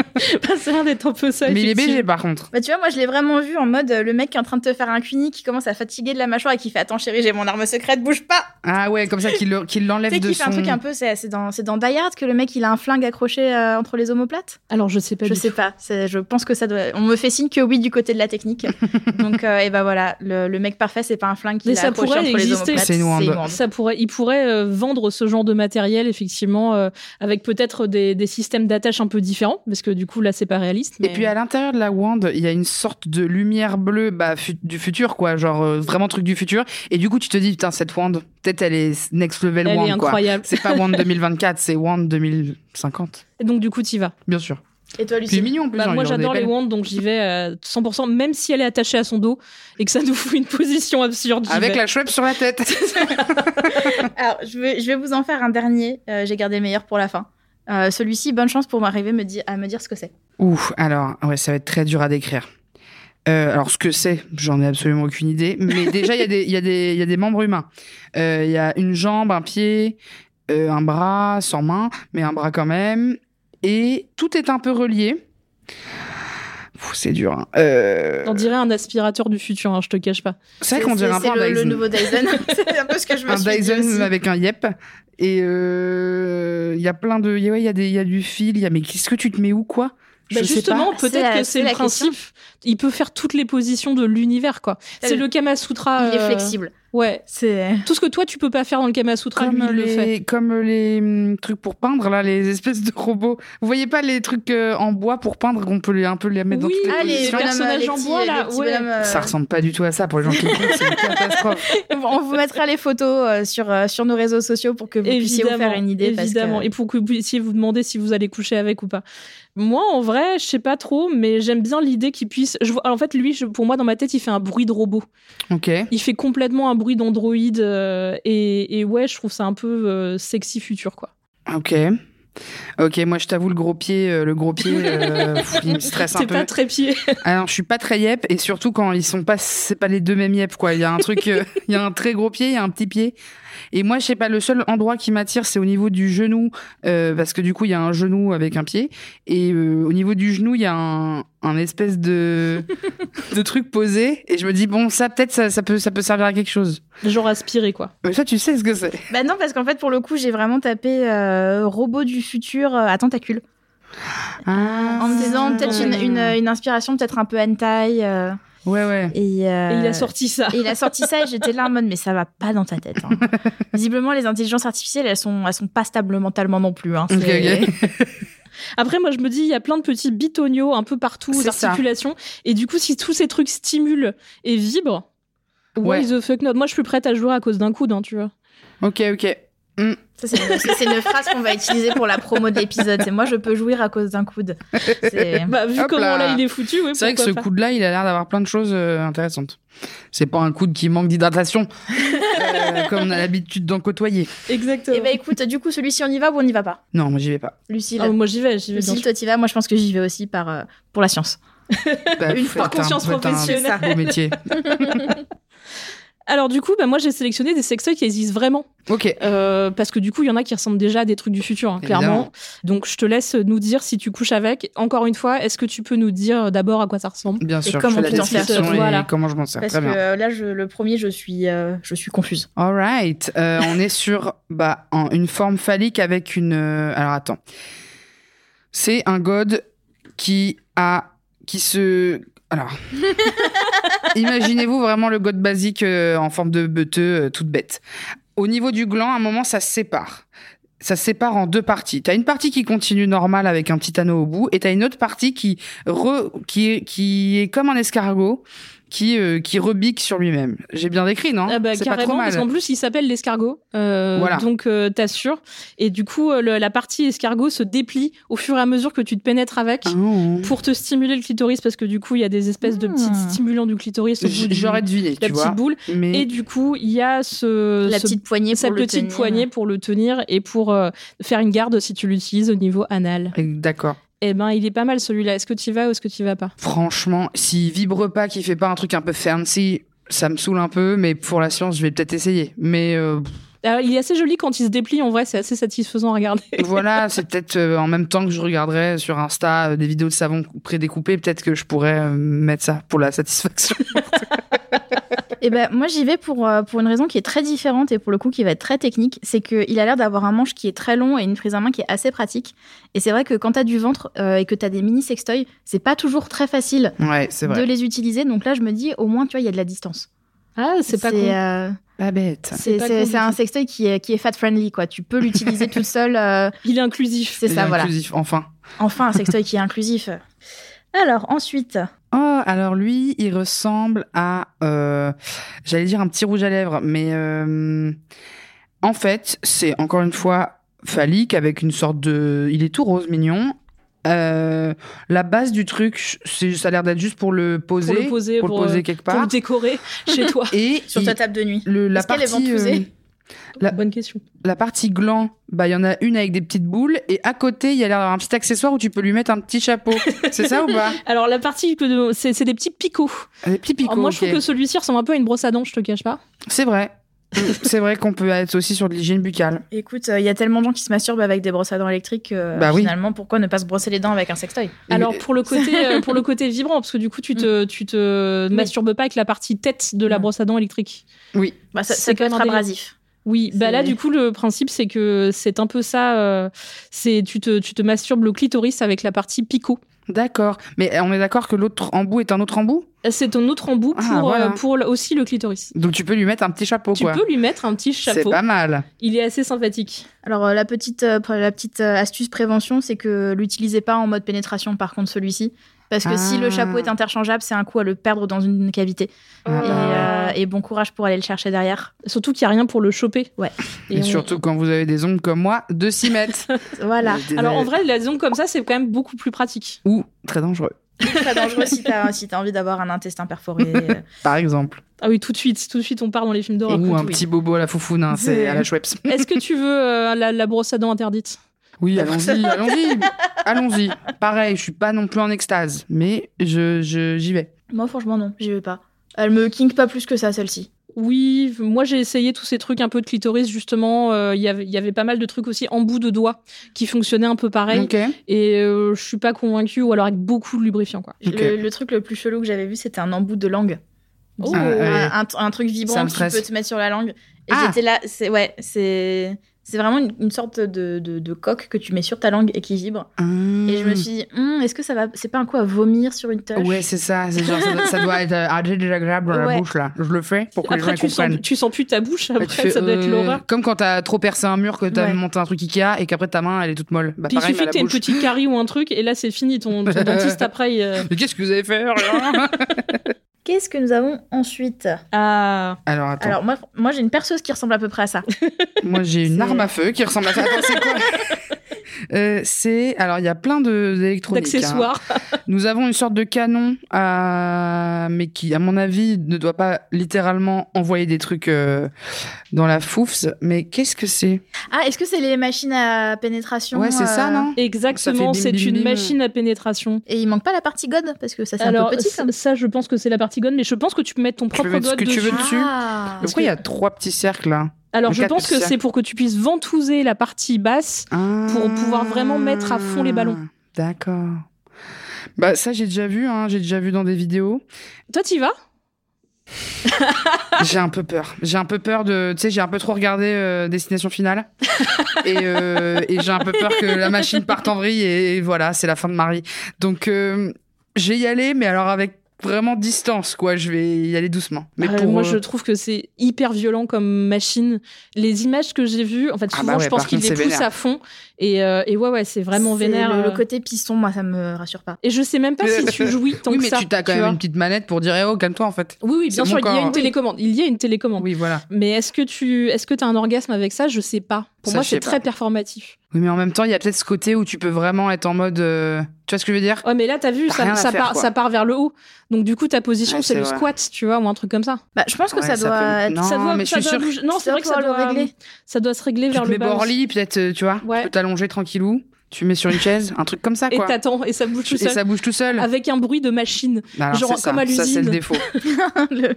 B: bah, ça a l'air d'être un peu ça.
C: Mais il est
B: effectivement.
C: BG par contre.
A: Bah, tu vois, moi je l'ai vraiment vu en mode euh, le mec qui est en train de te faire un cuny, qui commence à fatiguer de la mâchoire et qui fait Attends chérie, j'ai mon arme secrète, bouge pas
C: Ah ouais, comme ça qu'il le- qu'il
A: Tu
C: l'enlève
A: sais
C: de
A: qu'il fait
C: son.
A: un truc un peu, c'est c'est dans, c'est dans Die Hard que le mec il a un flingue accroché euh, entre les omoplates
B: Alors je sais pas.
A: Je
B: du
A: sais
B: tout.
A: pas, c'est- je pense que ça doit. On me fait signe que oui du côté de la technique. Donc, et ben voilà, le, le mec parfait c'est pas un flingue qui
B: Mais
A: a
B: ça
A: accroché
B: pourrait
A: entre les
B: exister.
A: omoplates.
C: C'est une wand.
B: Ça pourrait, il pourrait euh, vendre ce genre de matériel effectivement euh, avec peut-être des, des systèmes d'attache un peu différents parce que du coup là c'est pas réaliste.
C: Et
B: mais-
C: puis à l'intérieur de la wand, il y a une sorte de lumière bleue bah, fu- du futur, quoi. Genre euh, vraiment truc du futur. Et du coup, tu te dis, putain, cette wand, peut-être elle est next level
B: elle
C: wand,
B: est
C: quoi.
B: incroyable.
C: C'est pas wand 2024, c'est wand 2050.
B: Et donc du coup t'y vas.
C: Bien sûr.
A: Et toi,
C: Puis
A: Lucie
C: mignon en plus.
B: Bah,
C: genre,
B: moi
C: il en a des
B: j'adore les
C: belles.
B: wands donc j'y vais euh, à 100% même si elle est attachée à son dos et que ça nous fout une position absurde. j'y
C: Avec
B: vais.
C: la chouette sur la tête.
A: Alors, je vais, je vais vous en faire un dernier. Euh, J'ai gardé le meilleur pour la fin. Euh, Celui-ci, bonne chance pour m'arriver me di- à me dire ce que c'est.
C: Ouf, alors, ouais, ça va être très dur à décrire. Euh, alors, ce que c'est, j'en ai absolument aucune idée. Mais déjà, il y, a des- il y, a des- il y a des membres humains. Euh, Il y a une jambe, un pied, euh, un bras, sans main, mais un bras quand même. Et tout est un peu relié. Ouf, C'est dur. hein. Euh,
B: On dirait un aspirateur du futur, hein, je te cache pas.
C: c'est vrai qu'on dirait un peu
A: C'est
C: un
A: le, le
C: Dyson.
A: nouveau Dyson. c'est un peu ce que je me
C: un
A: suis dit
C: Dyson
A: aussi.
C: avec un yep. Et euh, il y a plein de. ouais, Il y, a des- il y a du fil. Il y a... Mais qu'est-ce que tu te mets où, quoi
B: Bah,
C: Je sais pas.
B: justement,
A: C'est
B: peut-être
A: la- c'est
B: que c'est le
A: la question.
B: principe. Il peut faire toutes les positions de l'univers, quoi. C'est
A: le-
B: le Kama Sutra.
A: Euh, Il est
B: euh,
A: flexible.
B: Ouais.
A: C'est
B: Tout ce que toi, tu peux pas faire dans le Kama Sutra, lui, il le fait.
C: les, comme les hum, trucs pour peindre, là, les espèces de robots. Vous voyez pas les trucs euh, en bois pour peindre qu'on peut les, un peu les mettre
B: Oui.
C: dans
B: Ah,
C: toutes les
B: les
C: positions
B: personnes- personnages en
A: petits-
B: bois, là,
A: petits
B: ouais.
A: bonhommes, euh,
C: Ça ressemble pas du tout à ça pour les gens qui écoutent, c'est une catastrophe.
A: On vous mettra les photos euh, sur, euh, sur nos réseaux sociaux pour que vous puissiez vous faire une idée.
B: évidemment.
A: Parce
B: Et pour que vous puissiez vous demander si vous allez coucher avec ou pas. Moi, en vrai, je sais pas trop, mais j'aime bien l'idée qu'il puisse. Je vois... En fait, lui, je- pour moi, dans ma tête, il fait un bruit de robot.
C: Ok.
B: Il fait complètement un bruit d'androïde. euh, Et... et ouais, je trouve ça un peu euh, sexy futur, quoi.
C: Ok. Ok, moi je t'avoue le gros pied, euh, le gros pied, euh, pff, il me stresse un
B: C'est
C: peu.
B: pas trépied.
C: Alors je suis pas très yep et surtout quand ils sont pas, c'est pas les deux mêmes yep quoi. Il y a un truc, euh, il y a un très gros pied, il y a un petit pied. Et moi je sais pas, le seul endroit qui m'attire c'est au niveau du genou euh, parce que du coup il y a un genou avec un pied et euh, au niveau du genou il y a un, un espèce de de truc posé et je me dis bon ça peut-être ça, ça peut ça peut servir à quelque chose.
B: Genre aspiré, quoi.
C: Mais ça tu sais ce que c'est.
A: que... Bah non, parce qu'en fait, pour le coup, j'ai vraiment tapé euh, robot du futur euh, à tentacule. En me disant peut-être une, une, une inspiration, peut-être un peu hentai. euh,
C: Ouais ouais.
A: et, euh,
B: Et il a sorti ça.
A: Et il a sorti ça et j'étais là en mode mais ça va pas dans ta tête. hein. Visiblement les intelligences artificielles elles sont elles sont pas stables mentalement non plus. Hein.
C: Ok,
A: C'est-
C: ok.
B: Après, moi, je me dis, il y a plein de petits bitonios un peu partout, aux
C: C'est ça.
B: articulations. Et du coup, si tous ces trucs stimulent et vibrent, why
C: Ouais.
B: the fuck not Moi, je suis prête à jouer à cause d'un coude, hein, tu vois.
C: Ok ok.
A: Ça, c'est une, c'est une phrase qu'on va utiliser pour la promo de l'épisode. C'est moi je peux jouir à cause d'un coude. C'est-
B: Bah, vu
C: Hop
B: comment là.
C: là.
B: il est foutu, oui,
C: C'est vrai que ce
B: pourquoi
C: coude-là, il a l'air d'avoir plein de choses euh, intéressantes. C'est pas un coude qui manque d'hydratation, euh, comme on a l'habitude d'en côtoyer.
B: pas. Exactement.
A: Et bah écoute du coup celui-ci on y va ou on y va pas
C: Non, moi j'y vais pas.
A: Lucille.
B: Ah, moi, j'y vais, j'y vais. bien
A: Lucille
B: sûr.
A: toi t'y vas. Moi je pense que j'y vais aussi par euh, pour la science.
C: Bah,
A: Une
C: faites
A: fois
C: un-
B: conscience
C: faites un
B: professionnelle.
C: beau métier.
B: Alors, du coup, bah, moi, j'ai sélectionné des sextoys qui existent vraiment.
C: Ok.
B: Euh, parce que du coup, il y en a qui ressemblent déjà à des trucs du futur, hein, clairement.
C: Évidemment.
B: Donc, je te laisse nous dire si tu couches avec. Encore une fois, est-ce que tu peux nous dire euh, d'abord à quoi ça ressemble
C: Bien sûr,
A: comment
C: je fais
A: tu
C: la
A: t'en sers,
C: description et
B: voilà.
C: comment je m'en sers.
A: Parce
C: Très
A: que
C: bien.
A: euh, là je, le premier je suis euh, je suis confuse.
C: All right. Euh, on est sur bah, en- une forme phallique avec une. euh, alors attends. C'est un god qui a. qui se. Alors. Imaginez-vous vraiment le god basique euh, en forme de beuteux, euh, toute bête. Au niveau du gland, à un moment, ça se sépare. ça se sépare en deux parties. T'as une partie qui continue normale avec un petit anneau au bout, et t'as une autre partie qui re, qui est, qui est comme un escargot, qui euh, qui rebique sur lui-même. J'ai bien décrit, non
B: Ah bah,
C: Hein, C'est pas
B: carrément,
C: trop mal.
B: parce qu'en plus, il s'appelle l'escargot. Euh,
C: Voilà.
B: Donc, euh, t'assures. Et du coup, euh, le- la partie escargot se déplie au fur et à mesure que tu te pénètres avec
C: Ah.
B: pour te stimuler le clitoris, parce que du coup, il y a des espèces de petits
D: Ah.
B: stimulants du clitoris au bout
C: J-
B: du-
C: J'aurais deviné,
B: la
C: tu
B: petite
C: vois.
B: boule.
C: Mais
B: Et du coup, il y a ce,
D: La
B: Euh, ce-
D: petite poignée pour
B: cette
D: le
B: petite
D: tenir.
B: poignée pour le tenir et pour euh, faire une garde si tu l'utilises au niveau anal.
C: d'accord.
B: Eh ben, il est pas mal celui-là. Est-ce que tu vas ou est-ce que tu vas pas
C: Franchement, s'il vibre pas, qu'il fait pas un truc un peu fancy, ça me saoule un peu. Mais pour la science, je vais peut-être essayer. Mais euh,
B: Alors, Il est assez joli quand il se déplie. En vrai, c'est assez satisfaisant à regarder.
C: voilà, c'est peut-être euh, en même temps que je regarderai sur Insta euh, des vidéos de savon prédécoupées, peut-être que je pourrais euh, mettre ça pour la satisfaction.
A: Et ben moi j'y vais pour, euh, pour une raison qui est très différente et pour le coup qui va être très technique, c'est qu'il a l'air d'avoir un manche qui est très long et une prise à main qui est assez pratique. Et c'est vrai que quand t'as du ventre euh, et que t'as des mini sextoys, c'est pas toujours très facile
C: ouais, c'est
A: de
C: vrai.
A: les utiliser. Donc là je me dis au moins tu vois il y a de la distance.
B: Ah, c'est pas con.
A: euh,
C: Pas bête.
A: c'est-
B: pas
A: c'est-
B: con du
A: c'est un
B: tout.
A: sextoy qui est, qui est fat friendly quoi. Tu peux l'utiliser tout seul. euh,
B: Il est inclusif.
A: c'est ça voilà.
C: Inclusif, enfin.
A: Enfin un sextoy qui est inclusif. Alors ensuite,
C: Oh, alors lui, il ressemble à, euh, j'allais dire un petit rouge à lèvres, mais euh, en fait, c'est encore une fois phallique avec une sorte de, il est tout rose mignon. Euh, la base du truc, c'est, ça a l'air d'être juste pour le poser,
B: Pour le poser,
C: pour le
B: pour, euh,
C: poser quelque
B: Pour
C: part.
B: le décorer chez toi.
C: Et
D: Sur
C: il-
D: ta table de nuit.
C: le, la
D: Est-ce qu'elle est
C: partie,
D: ventousée
C: La-
B: Bonne question.
C: la partie gland, bah il y en a une avec des petites boules et à côté il y a l'air d'avoir un petit accessoire où tu peux lui mettre un petit chapeau. c'est ça ou pas
B: Alors la partie que c'est c'est des petits picots.
C: Des petits picots.
B: Alors, Oh, moi, je
C: ok.
B: trouve que celui-ci ressemble un peu à une brosse à dents. Je te cache pas.
C: C'est vrai. Mm, C'est vrai qu'on peut être aussi sur de l'hygiène buccale.
A: écoute, euh, il y a tellement de gens qui se masturbent avec des brosses à dents électriques. euh,
C: Bah oui.
A: Finalement, pourquoi ne pas se brosser les dents avec un sextoy
B: Alors pour le côté euh, pour le côté vibrant, parce que du coup, tu
C: Mm.
B: te tu te
A: Oui.
B: masturbes pas avec la partie tête de la
A: Non.
B: brosse à dents électrique.
C: Oui.
A: Bah, ça,
B: C'est
A: ça peut
B: quand
A: être
B: même un délire.
A: abrasif.
B: Oui, bah
A: C'est-
B: là du coup le principe c'est que c'est un peu ça, euh, c'est tu te, tu te masturbes le clitoris avec la partie picot.
C: D'accord. Mais on est d'accord que l'autre embout est un autre embout
B: C'est ton autre embout pour,
C: Ah, voilà.
B: euh, pour le- aussi le clitoris.
C: Donc tu peux lui mettre un petit chapeau,
B: Tu
C: quoi.
B: peux lui mettre un petit
C: C'est
B: chapeau.
C: pas mal.
B: Il est assez sympathique.
A: Alors euh, la petite, euh, pr- la petite euh, astuce prévention, c'est que l'utilisez pas en mode pénétration par contre celui-ci. Parce que si le
C: Ah.
A: chapeau est interchangeable, c'est un coup à le perdre dans une cavité.
C: Ah
A: Et, euh, et bon courage pour aller le chercher derrière.
B: Surtout qu'il n'y a rien pour le choper.
A: Ouais.
C: Et,
B: on-
C: surtout quand vous avez des ongles comme moi, de 6 mètres.
A: Voilà.
C: Je suis
B: Alors en
C: désolée.
B: vrai, la zone comme ça, c'est quand même beaucoup plus pratique.
C: Ou très dangereux,
A: Très dangereux si t'as si t'as envie d'avoir un intestin perforé. euh.
C: par exemple.
B: Ah oui, tout de suite, tout de suite, on part dans les films d'horreur.
C: Ou
B: tout
C: un
B: de
C: petit
B: suite.
C: bobo à la foufoune, hein, c'est à la Schweppes.
B: Est-ce que tu veux euh, la, la brosse à dents interdite
C: Oui, allons-y, allons-y, allons-y. Pareil, je suis pas non plus en extase, mais je, je- j'y vais.
A: Moi franchement non, j'y vais pas. Elle me kink pas plus que ça celle-ci.
B: Oui, moi j'ai essayé tous ces trucs un peu de clitoris justement. euh, Il y avait- il y avait pas mal de trucs aussi en bout de doigt qui fonctionnaient un peu pareil.
C: Ok.
B: Et euh, je suis pas convaincue, ou alors avec beaucoup de lubrifiant quoi.
C: Ok.
A: Le, le truc le plus chelou que j'avais vu, c'était un embout de langue.
B: Oh.
C: Ah, ouais.
A: un, un- un truc
C: Ça
A: vibrant
C: me
A: que tu
C: stresse.
A: peux te mettre sur la langue. Et
C: Ah.
A: j'étais là, c'est ouais, c'est c'est vraiment une, une sorte de, de, de coque que tu mets sur ta langue et qui vibre. Et je me suis dit, Hum, est-ce que ça va, c'est pas un coup à vomir sur une tâche
C: Hmm. Ouais, c'est ça. C'est genre, ça, doit- ça doit être euh, arrêté désagréable dans la
A: Ouais.
C: bouche, là. Je le fais pour que les
B: Après
C: gens
B: tu sens,
C: comprennent.
B: tu sens plus ta bouche,
C: Bah,
B: après
C: tu fais,
B: ça doit être
C: euh,
B: l'horreur.
C: Comme quand t'as trop percé un mur, que t'as
A: Ouais.
C: monté un truc Ikea et qu'après ta main elle est toute molle. Bah,
B: Puis il
C: pareil, mais
B: suffit
C: à
B: que
C: la
B: t'aies une
C: bouche.
B: petite carie ou un truc, et là c'est fini, ton, ton dentiste après. il, euh,
C: Mais qu'est-ce que vous avez fait alors
A: Qu'est-ce que nous avons ensuite
B: Ah,
C: Alors attends,
A: Alors moi, moi j'ai une perceuse qui ressemble à peu près à ça.
C: moi j'ai une
A: c'est-
C: arme à feu qui ressemble à ça. Attends, c'est quoi Euh, c'est alors il y a plein de d'électronique.
B: d'accessoires.
C: hein. Nous avons une sorte de canon à mais qui à mon avis ne doit pas littéralement envoyer des trucs euh, dans la foufs. Mais qu'est-ce que c'est
A: Ah, est-ce que c'est les machines à pénétration
C: Ouais c'est ça
B: Ah.
A: euh,
C: non
B: Exactement,
C: Ça fait bim,
B: c'est
C: bim,
B: une
C: bim.
B: machine à pénétration.
A: Et il manque pas la partie gode parce que ça c'est un
B: Alors
A: peu petit
B: ça,
A: comme.
B: ça, je pense que c'est la partie gonne, mais je pense que tu peux mettre ton
C: peux
B: propre
C: mettre ce
B: gode
C: que tu veux
B: dessus.
C: dessus.
A: Ah.
C: Pourquoi il y a trois petits cercles là
B: Alors
C: Le
B: je
C: quatre
B: pense que
C: cercles.
B: c'est pour que tu puisses ventouser la partie basse. Pour pouvoir vraiment mettre à fond les ballons.
C: Ah. D'accord. Bah ça j'ai déjà vu, hein, j'ai déjà vu dans des vidéos.
B: Toi t'y vas
C: J'ai un peu peur. J'ai un peu peur de, tu sais, j'ai un peu trop regardé euh, Destination Finale et, euh, et j'ai un peu peur que la machine parte en vrille et, voilà, c'est la fin de Marie. Donc euh, j'ai y allé, mais alors avec vraiment distance, quoi. Je vais y aller doucement. Mais
B: Ouais,
C: pour
B: moi,
C: euh,
B: je trouve que c'est hyper violent comme machine. Les images que j'ai vues, en fait,
C: Ah
B: souvent,
C: bah ouais,
B: je pense
C: par
B: qu'ils
C: contre,
B: les
C: c'est
B: poussent
C: vénère.
B: à fond. Et, euh, et ouais, ouais, c'est vraiment
A: C'est
B: vénère.
A: Le, le
B: euh.
A: côté piston, moi, ça me rassure pas.
B: Et je sais même pas si tu jouis tant
C: oui,
B: que
C: mais
B: ça.
C: tu t'as quand même
B: vois.
C: une petite manette pour dire, eh oh, calme-toi, en fait.
B: Oui, oui, bien
C: C'est
B: sûr, il y
C: mon
B: a
C: corps. hein.
B: une télécommande. Il y a une télécommande.
C: Oui, voilà.
B: Mais est-ce que tu est-ce que as un orgasme avec ça Je sais pas. Pour
C: Ça,
B: moi,
C: je
B: c'est
C: sais pas.
B: très performatif.
C: Oui, mais en même temps, il y a peut-être ce côté où tu peux vraiment être en mode. euh, Tu vois ce que je veux dire
B: Ouais, mais là, t'as vu,
C: T'as
B: ça,
C: rien à
B: ça
C: faire,
B: part,
C: quoi.
B: ça part vers le haut. Donc, du coup, ta position,
C: Ouais,
B: c'est
C: c'est
B: le
C: vrai.
B: squat, tu vois, ou un truc comme ça.
A: Bah, je pense que
C: Ouais,
A: ça,
C: ça
A: doit.
C: peut-
A: être-
C: Non,
B: ça doit,
C: mais je
B: ça
C: suis
B: doit
C: sûre-
B: bouger- Non,
A: ça
B: c'est vrai que ça
A: pouvoir le
B: doit,
A: régler.
B: ça doit se régler
C: Tu
B: vers
C: te
B: le
C: mets
B: bas. aussi.
C: borli, peut-être, euh, tu vois.
B: Ouais.
C: Tu peux t'allonger tranquillou. Tu mets sur une chaise, un truc comme ça,
B: Et
C: quoi.
B: t'attends, et ça bouge tout
C: Et
B: seul.
C: ça bouge tout seul.
B: Avec un bruit de machine.
C: Bah, alors,
B: genre
C: c'est ça.
B: comme à
C: Ça, c'est
B: l'usine.
C: le défaut.
A: le,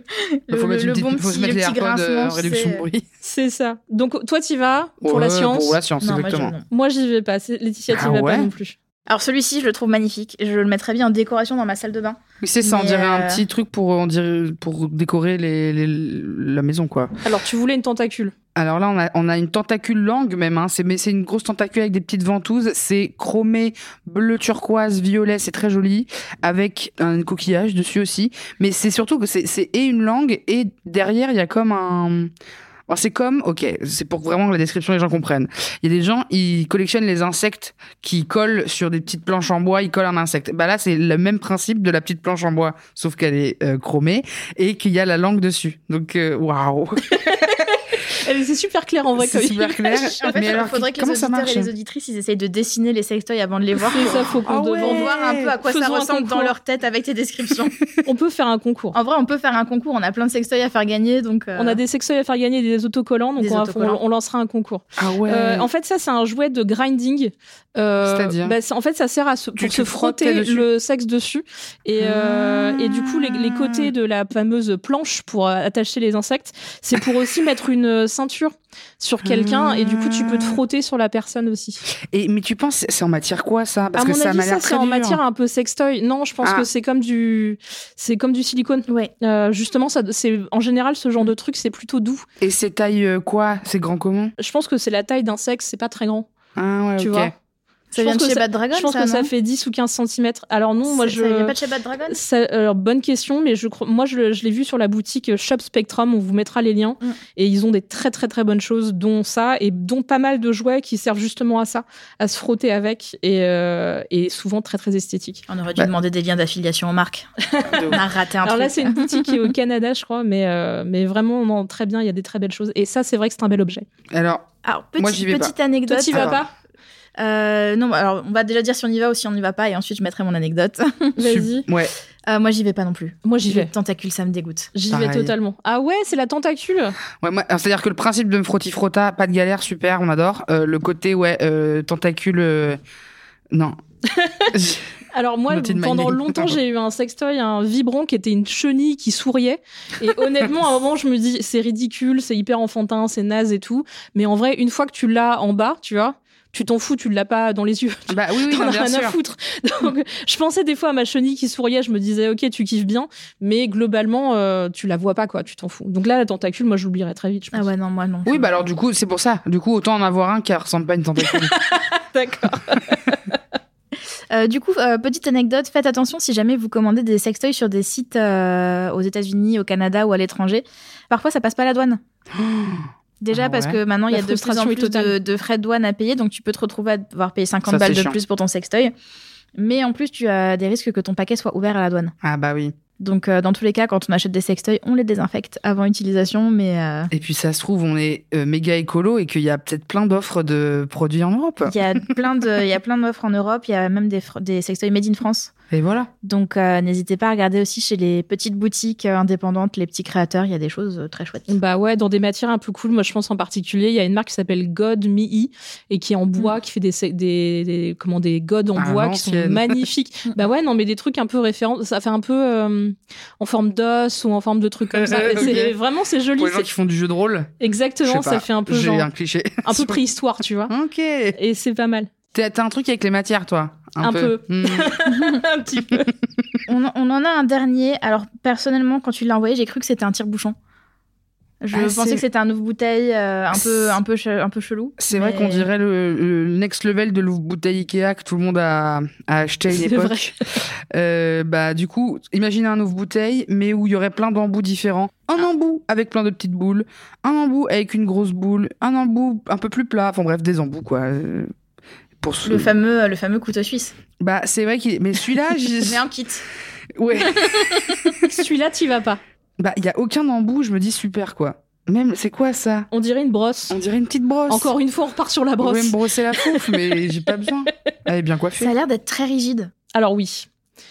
A: le-
C: faut mettre
A: le
C: une petite-
A: bon
C: faut se
A: petit, le
C: mettre les
A: petit
C: AirPods, euh,
A: grincement.
C: réduction
A: c'est-
C: de bruit.
B: C'est ça. Donc, toi, t'y vas pour la
C: Ouais,
B: science.
C: Pour la science,
A: Non, moi, je-
C: exactement.
A: non.
B: Moi, j'y vais pas. C'est- Laetitia, t'y
C: Ah
B: vas
C: ouais
B: pas non plus.
A: Alors celui-ci, je le trouve magnifique. Je le mettrais bien en décoration dans ma salle de bain.
C: Oui, c'est ça, on
A: Mais,
C: dirait un
A: euh,
C: petit truc pour, on dirait, pour décorer les, les- la maison, quoi.
B: Alors, tu voulais une tentacule.
C: Alors là, on a, on a une tentacule langue même, hein. c'est, mais c'est une grosse tentacule avec des petites ventouses. C'est chromé, bleu turquoise, violet, c'est très joli, avec un coquillage dessus aussi. Mais c'est surtout que c'est, c'est et une langue, et derrière, il y a comme un... Bon, c'est comme, ok, c'est pour vraiment que la description les gens comprennent. Il y a des gens, ils collectionnent les insectes qui collent sur des petites planches en bois, ils collent un insecte. Bah là, c'est le même principe de la petite planche en bois, sauf qu'elle est euh, chromée et qu'il y a la langue dessus. Donc, euh, waouh!
B: Eh, mais C'est super clair en vrai.
C: C'est
B: comme
C: super clair.
B: image.
A: En fait,
C: Mais alors,
A: il faudrait que les
C: comment ça
A: auditeurs
C: marche
A: et les auditrices, ils essayent de dessiner les sextoys avant de les voir.
B: C'est ça, faut qu'on
C: Ah ouais.
B: devant
A: Pour voir un peu à quoi ça
B: Faisons un
A: ressemble dans
B: concours.
A: leur tête avec tes descriptions.
B: On peut faire un
C: Ah,
B: concours.
A: en vrai, on peut faire un concours. On a plein de sextoys à faire gagner, donc. euh,
B: On a des sextoys à faire gagner, des autocollants, donc
A: Des
B: on, va-
A: autocollants.
B: on- on lancera un concours.
C: Ah ouais.
B: Euh, en fait, ça, c'est un jouet de grinding. Euh,
C: C'est-à-dire
B: bah, c'est- En fait, ça sert à se,
C: Tu
B: pour
C: te
B: se
C: frottes
B: frotter
C: dessus.
B: le sexe dessus. Et, euh,
C: Ah.
B: et du coup, les, les côtés de la fameuse planche pour euh, attacher les insectes, c'est pour aussi mettre une euh, ceinture sur quelqu'un. Et du coup, tu peux te
C: Ah.
B: frotter sur la personne aussi.
C: Et mais tu penses c'est en matière quoi ça Parce
B: à
C: que
B: mon
C: ça
B: avis,
C: m'a
B: ça,
C: l'air
B: c'est
C: très
B: en
C: dur.
B: matière un peu sextoy. Non, je pense
C: Ah.
B: que c'est comme du, c'est comme du silicone.
A: Ouais.
B: Euh, justement, ça, c'est en général ce
C: Mm.
B: genre de truc, c'est plutôt doux.
C: Et c'est taille euh, quoi C'est grand comment
B: Je pense que c'est la taille d'un sexe, c'est pas très grand.
C: Ah ouais,
B: Tu
C: ok.
B: vois. Je
A: Ça vient
B: pense
A: de
B: que
A: chez
B: ça-
A: Bad Dragon,
B: je pense
A: ça,
B: que ça
A: non
B: fait 10 ou 15 cm. Alors non, moi
A: Ça- Ça vient
B: je
A: pas de chez Bad Dragon
B: ça- alors, bonne question, mais je crois, moi je, le- je l'ai vu sur la boutique euh, Shop Spectrum, on vous mettra les liens,
A: Mm.
B: et ils ont des très très très bonnes choses, dont ça, et dont pas mal de jouets qui servent justement à ça, à se frotter avec, et, euh, et souvent très très esthétique.
A: On aurait dû
C: Bah.
A: demander des liens d'affiliation aux marques.
C: De
A: On
B: Bah,
C: ouf.
A: a raté un
B: alors
A: truc.
B: là c'est une boutique qui est au Canada je crois, mais, euh, mais vraiment non, très bien, il y a des très belles choses, et ça c'est vrai que c'est un bel objet.
C: Alors
A: Alors, petit-
C: Moi, j'y vais
A: petite anecdote.
B: Toi t'y vas
C: alors,
B: pas
A: Euh, non, alors on va déjà dire si on y va ou si on n'y va pas, et ensuite je mettrai mon anecdote.
B: Vas-y,
C: sup- ouais.
A: Euh, moi, j'y vais pas non plus.
B: moi j'y vais.
A: Les tentacules, ça me dégoûte.
B: J'y vais
C: Pareil.
B: totalement. Ah ouais, c'est la tentacule
C: Ouais, moi, alors, c'est-à-dire que le principe de me frotti frotta, pas de galère, super, on adore. Euh, le côté ouais, euh, tentacule euh, non. Je-
B: Alors moi,
C: Noted my
B: pendant
C: name.
B: longtemps, j'ai eu un sextoy, un vibrant qui était une chenille qui souriait. Et honnêtement, à un moment, je me dis, c'est ridicule, c'est hyper enfantin, c'est naze et tout. Mais en vrai, une fois que tu l'as en bas, tu vois, tu t'en fous, tu l'as pas dans les yeux.
C: bah oui oui,
B: T'en
C: non,
B: as
C: bien
B: rien à
C: sûr.
B: foutre. Donc, je pensais des fois à ma chenille qui souriait, je me disais, ok, tu kiffes bien, mais globalement, euh, tu la vois pas, quoi, tu t'en fous. Donc là, la tentacule, moi, je l'oublierai très vite. Je pense.
A: Ah ouais, non, moi non.
C: Oui, bah alors du coup, c'est pour ça. Du coup, autant en avoir un qui ressemble pas à une tentacule.
B: d'accord.
A: Euh, du coup, euh, petite anecdote, faites attention si jamais vous commandez des sextoys sur des sites euh, aux États-Unis, au Canada ou à l'étranger. Parfois, ça passe pas la douane. Déjà
C: Ah
A: parce
C: ouais.
A: que maintenant il y
B: La
A: a de plus en
B: frustration est
A: plus de,
B: totale.
A: de frais de douane à payer, donc tu peux te retrouver à devoir payer 50
C: Ça,
A: balles
C: c'est
A: de
C: chiant.
A: plus pour ton sextoy. Mais en plus, tu as des risques que ton paquet soit ouvert à la douane.
C: ah bah oui.
A: Donc, euh, dans tous les cas, quand on achète des sextoys, on les désinfecte avant utilisation, mais euh,
C: Et puis ça se trouve, on est euh, méga écolo et qu'il y a peut-être plein d'offres de produits en Europe.
A: il y a plein de, il y a plein d'offres en Europe, il y a même des, fr- des sextoys made in France.
C: Et voilà.
A: Donc euh, n'hésitez pas à regarder aussi chez les petites boutiques euh, indépendantes, les petits créateurs, il y a des choses euh, très chouettes.
B: Bah ouais, dans des matières un peu cool. Moi, je pense en particulier, il y a une marque qui s'appelle God Mi'i et qui est en bois, qui fait des, des, des- comment des godes en
C: Mm. Ah,
B: bois qui sont
C: l'ancienne.
B: magnifiques. bah ouais, non, mais des trucs un peu référents. Ça fait un peu euh, en forme d'os ou en forme de trucs comme ça. Et c'est-
C: Ok.
B: Vraiment, c'est joli.
C: Pour les gens
B: c'est-
C: qui font du jeu de rôle,
B: Exactement,
C: Je sais pas,
B: ça fait un peu
C: j'ai
B: genre,
C: un cliché.
B: un peu préhistoire, tu vois.
C: Ok.
B: Et c'est pas mal.
C: T'as t'as un truc avec les matières, toi
B: Un
C: Hmm.
B: un petit peu.
A: On, en- on en a un dernier. Alors personnellement, quand tu l'as envoyé, j'ai cru que c'était un tire-bouchon. Je
C: Ah,
A: pensais
C: c'est-
A: que c'était un ouvre bouteille euh, un peu un peu che- un peu chelou.
C: C'est vrai
A: mais-
C: qu'on dirait le, le next level de l'ouvre bouteille Ikea que tout le monde a, a acheté à une
B: C'est vrai.
C: époque. Euh, bah, du coup, imaginez un ouvre bouteille, mais où il y aurait plein d'embouts différents. Un
B: Ah.
C: embout avec plein de petites boules, un embout avec une grosse boule, un embout un peu plus plat. Enfin bref, des embouts quoi. Euh, Pour ce...
A: le fameux euh, le fameux couteau suisse.
C: Bah, c'est vrai qu'il. Mais
A: Ah,
C: celui-là, j'y-
A: J'ai un kit.
C: Ouais.
B: Celui-là, t'y vas pas.
C: Bah, il y a aucun embout, je me dis super quoi. Même, c'est quoi ça
B: On dirait une brosse.
C: On dirait une petite brosse.
B: Encore une fois, on repart sur la
C: Vous
B: brosse.
C: pouvez me brosser la fouf, mais j'ai pas besoin. Elle est bien coiffée.
A: Ça a l'air d'être très rigide.
B: Alors oui,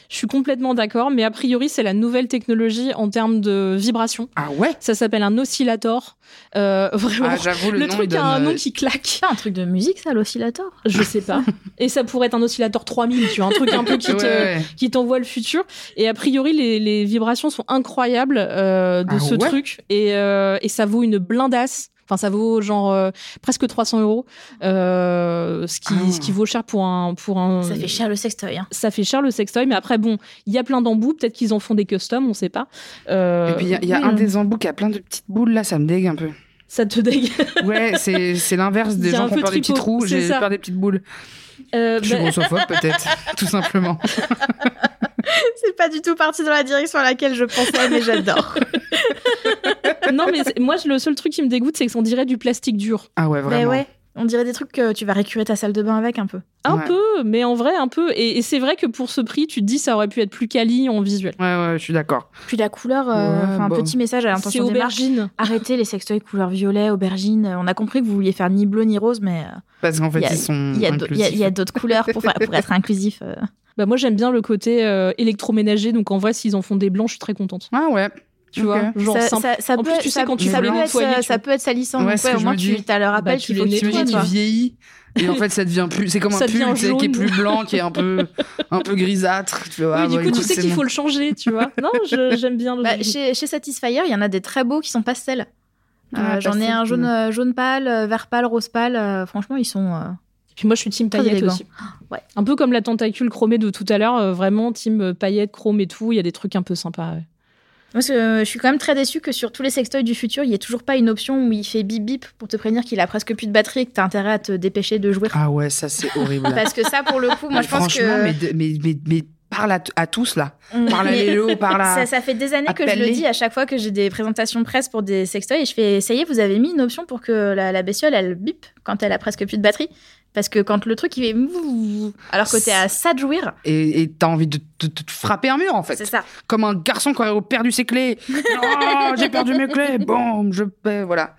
B: je suis complètement d'accord, mais a priori, c'est la nouvelle technologie en termes de vibration.
C: Ah ouais
B: Ça s'appelle un oscillator. Euh, vraiment.
C: Ah, j'avoue, le,
B: le
C: nom, il
B: truc
C: donne,
B: a un nom
C: euh,
B: qui claque.
A: C'est pas un truc de musique ça l'oscillator.
B: Je sais pas. Et ça pourrait être un oscillator 3000, tu vois, un truc un peu qui
C: ouais,
B: te,
C: ouais.
B: qui t'envoie le futur. Et a priori, les, les vibrations sont incroyables euh, de
C: Ah
B: ce
C: ouais
B: truc. Et, euh, et ça vaut une blindasse. Enfin, ça vaut genre euh, presque 300 euros, euh, ce qui
C: Ah.
B: ce qui vaut cher pour un pour un.
A: Ça fait cher le sextoy. hein.
B: Ça fait cher le sextoy, mais après bon, il y a plein d'embouts. Peut-être qu'ils en font des customs, on sait pas. Euh,
C: Et puis il y a, il y a
A: oui,
C: un
A: on-
C: des embouts qui a plein de petites boules là, ça me dégue un peu.
B: ça te dégue.
C: Ouais, c'est c'est l'inverse
B: Il
C: des
B: y a un
C: gens qui ont
B: peu
C: peur des petits
B: tripot,
C: trous,
B: c'est
C: j'ai
B: ça.
C: peur des petites boules.
B: Euh,
C: Je suis
B: bah,
C: grossophobe peut-être, tout simplement.
A: C'est pas du tout parti dans la direction à laquelle je pensais, mais j'adore.
B: non, mais c'est- moi, je- le seul truc qui me dégoûte, c'est que on dirait du plastique dur.
C: Ah ouais,
A: mais
C: vraiment.
A: ouais, on dirait des trucs que tu vas récurer ta salle de bain avec un peu.
B: Un
C: Ouais.
B: peu, mais en vrai, un peu. Et, et c'est vrai que pour ce prix, tu te dis, ça aurait pu être plus quali en visuel.
C: Ouais, ouais, je suis d'accord.
A: Puis la couleur, euh,
C: Ouais,
A: enfin
C: bah.
A: un petit message à
B: C'est
A: l'intention des marques.
B: aubergine.
A: Arrêtez les sextoys couleur violet, aubergine. Euh, On a compris que vous vouliez faire ni bleu ni rose, mais euh,
C: Parce qu'en fait,
A: Il y a-
C: ils sont
A: il y a d'au- il y a-
C: inclusifs.
A: il y a d'autres couleurs pour, fa- pour être inclusif. euh.
B: Bah moi j'aime bien le côté euh, électroménager, donc en vrai s'ils en font des blancs, je suis très contente.
C: Ah ouais.
B: Tu
C: Ok.
B: vois, genre
A: ça,
B: simple.
A: ça- ça
B: En
A: peut,
B: plus, tu sais,
A: ça-
B: quand tu
A: ça
C: veux
A: peut
C: le
A: être, euh,
B: nettoyer, tu
A: ça peut être salissant.
C: Ouais,
A: donc
C: c'est ce
A: ouais, au
C: que je
A: moins
C: me
A: tu
C: dis.
A: as le rappel
B: Bah, tu
A: qu'il faut
B: les
A: que tu
B: nettoies,
C: T'imagines,
A: nettoies, toi.
C: il vieillit et en fait, ça devient plus. C'est comme
B: Ça
C: un
B: devient
C: pull tu sais, qui est
B: jaune.
C: plus blanc, qui est un peu, un peu grisâtre. Tu vois,
B: oui, du
C: Bah,
B: coup tu
C: écoute,
B: sais
C: c'est
B: qu'il
C: bon.
B: faut le changer, tu vois. Non, je- j'aime bien le.
A: Bah, chez, chez Satisfyer, il y en a des très beaux qui sont pastels. Euh,
C: Ah,
A: J'en ai
C: pastel,
A: un jaune,
C: mm.
A: euh, jaune pâle, euh, vert pâle, rose pâle. euh, franchement, ils sont. euh,
B: Puis moi je suis team
A: Très
B: paillette
A: élégant.
B: aussi.
A: Ouais.
B: Un peu comme la tentacule chromée de tout à l'heure, euh, vraiment team euh, paillette chrome et tout. Il y a des trucs un peu sympas. ouais.
A: Moi, ce- euh, je suis quand même très déçue que sur tous les sextoys du futur, il n'y ait toujours pas une option où il fait bip bip pour te prévenir qu'il a presque plus de batterie et que t'as intérêt à te dépêcher de jouer.
C: Ah ouais, ça c'est horrible.
B: Bah,
A: Parce que ça, pour le coup, moi,
C: Mais
A: je pense
C: franchement,
A: que.
C: mais, de- mais, mais, mais parle à, t- à tous là.
A: Mm.
C: Parle à
A: Mais
C: Lélo, parle à.
A: Ça, ça fait des années que je le
C: appelle-les.
A: dis à chaque fois que j'ai des présentations presse pour des sextoys et je fais ça y est, vous avez mis une option pour que la, la bestiole elle bip quand elle a presque plus de batterie. Parce que quand le truc il fait mouh, alors que t'es à ça de jouir,
C: Et et t'as envie de te, te- te frapper un mur en fait.
A: c'est ça.
C: Comme un garçon qui aurait perdu ses clés. Non, j'ai perdu mes clés. Bon, je paie, voilà.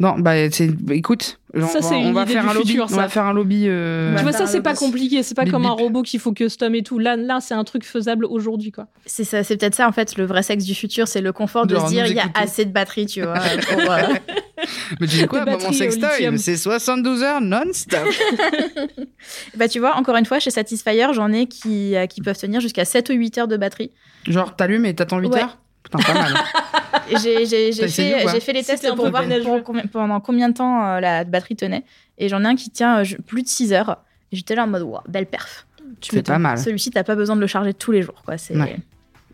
C: Non, bah, c'est- bah, écoute, on
B: Ça,
C: va,
B: c'est
C: on
B: une
C: va
B: idée
C: faire
B: du
C: un lobby.
B: futur,
C: On va
B: ça.
C: faire un lobby. euh,
A: Ouais.
B: Tu vois
A: Bah,
B: ça c'est pas
A: bip,
B: compliqué, c'est pas
C: bip,
B: comme un
C: bip.
B: robot qu'il faut custom et tout. Là là c'est un truc faisable aujourd'hui quoi.
A: C'est ça, c'est peut-être ça en fait le vrai sexe du futur, c'est le confort de,
C: Genre,
A: se dire
C: nous
A: il y a
C: écouter.
A: assez de batterie, tu vois. pour, euh,
C: Mais tu dis quoi,
B: Des
C: bah, mon
B: batteries au lithium.
C: sextoy C'est 72 heures non-stop.
A: Bah tu vois, encore une fois, chez Satisfyer, j'en ai qui, euh, qui peuvent tenir jusqu'à 7 ou 8 heures de batterie.
C: Genre, t'allumes et t'attends 8
A: Ouais.
C: heures Putain, pas mal.
A: Et J'ai j'ai- j'ai
C: T'as essayé ou
A: fait,
C: pas
A: j'ai fait les
B: C'était
A: tests
B: un
A: pour
B: peu
A: voir
B: ménageux.
A: pour combien- pendant combien de temps euh, la batterie tenait. Et j'en ai un qui tient euh, je- plus de 6 heures. Et J'étais là en mode, Wow, belle perf.
C: C'est pas mal.
A: Celui-ci, t'as pas besoin de le charger tous les jours. Quoi. C'est-
C: Ouais.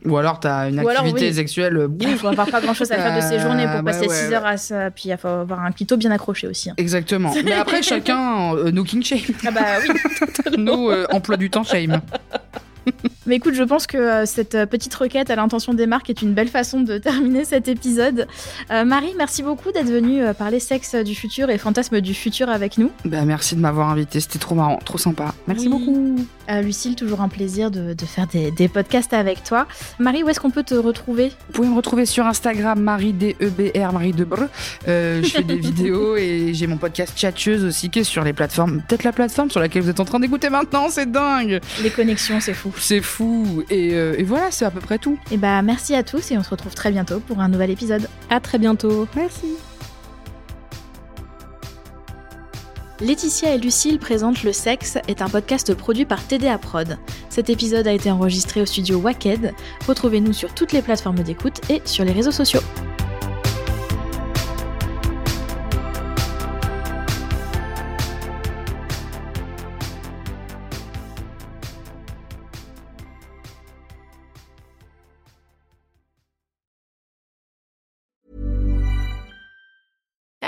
C: Ou alors, t'as une
A: Ou alors,
C: activité
A: oui.
C: sexuelle. euh, boum.
A: Il faut avoir pas grand-chose à faire de ces
C: Euh,
A: journées
C: ouais,
A: pour passer
C: ouais,
A: 6
C: ouais.
A: heures à ça. Puis il faut avoir un clito bien accroché aussi. hein.
C: Exactement. Mais après, chacun, euh, nos king shame,
A: Ah bah oui.
C: nos euh, emplois du temps shame.
A: Mais écoute, je pense que euh, cette euh, petite requête à l'intention des marques est une belle façon de terminer cet épisode. Euh, Marie, merci beaucoup d'être venue euh, parler sexe du futur et fantasme du futur avec nous.
C: Bah, merci de m'avoir invité, c'était trop marrant, trop sympa. Merci
B: Oui.
C: beaucoup.
A: Euh, Lucille, toujours un plaisir de, de faire des, des podcasts avec toi. Marie, où est-ce qu'on peut te retrouver
C: Vous pouvez me retrouver sur Instagram, Marie D-E-B-R, Marie de Breu. Euh, je fais des vidéos et j'ai mon podcast Chatcheuse aussi qui est sur les plateformes. Peut-être la plateforme sur laquelle vous êtes en train d'écouter maintenant, c'est dingue.
A: Les connexions, c'est fou.
C: C'est fou. Et, euh, et voilà, c'est à peu près tout.
A: Et bah merci à tous et on se retrouve très bientôt pour un nouvel épisode.
B: À très bientôt.
C: Merci.
A: Laetitia et Lucille présentent Le Sexe est un podcast produit par TDA Prod. Cet épisode a été enregistré au studio Waked. Retrouvez-nous sur toutes les plateformes d'écoute et sur les réseaux sociaux.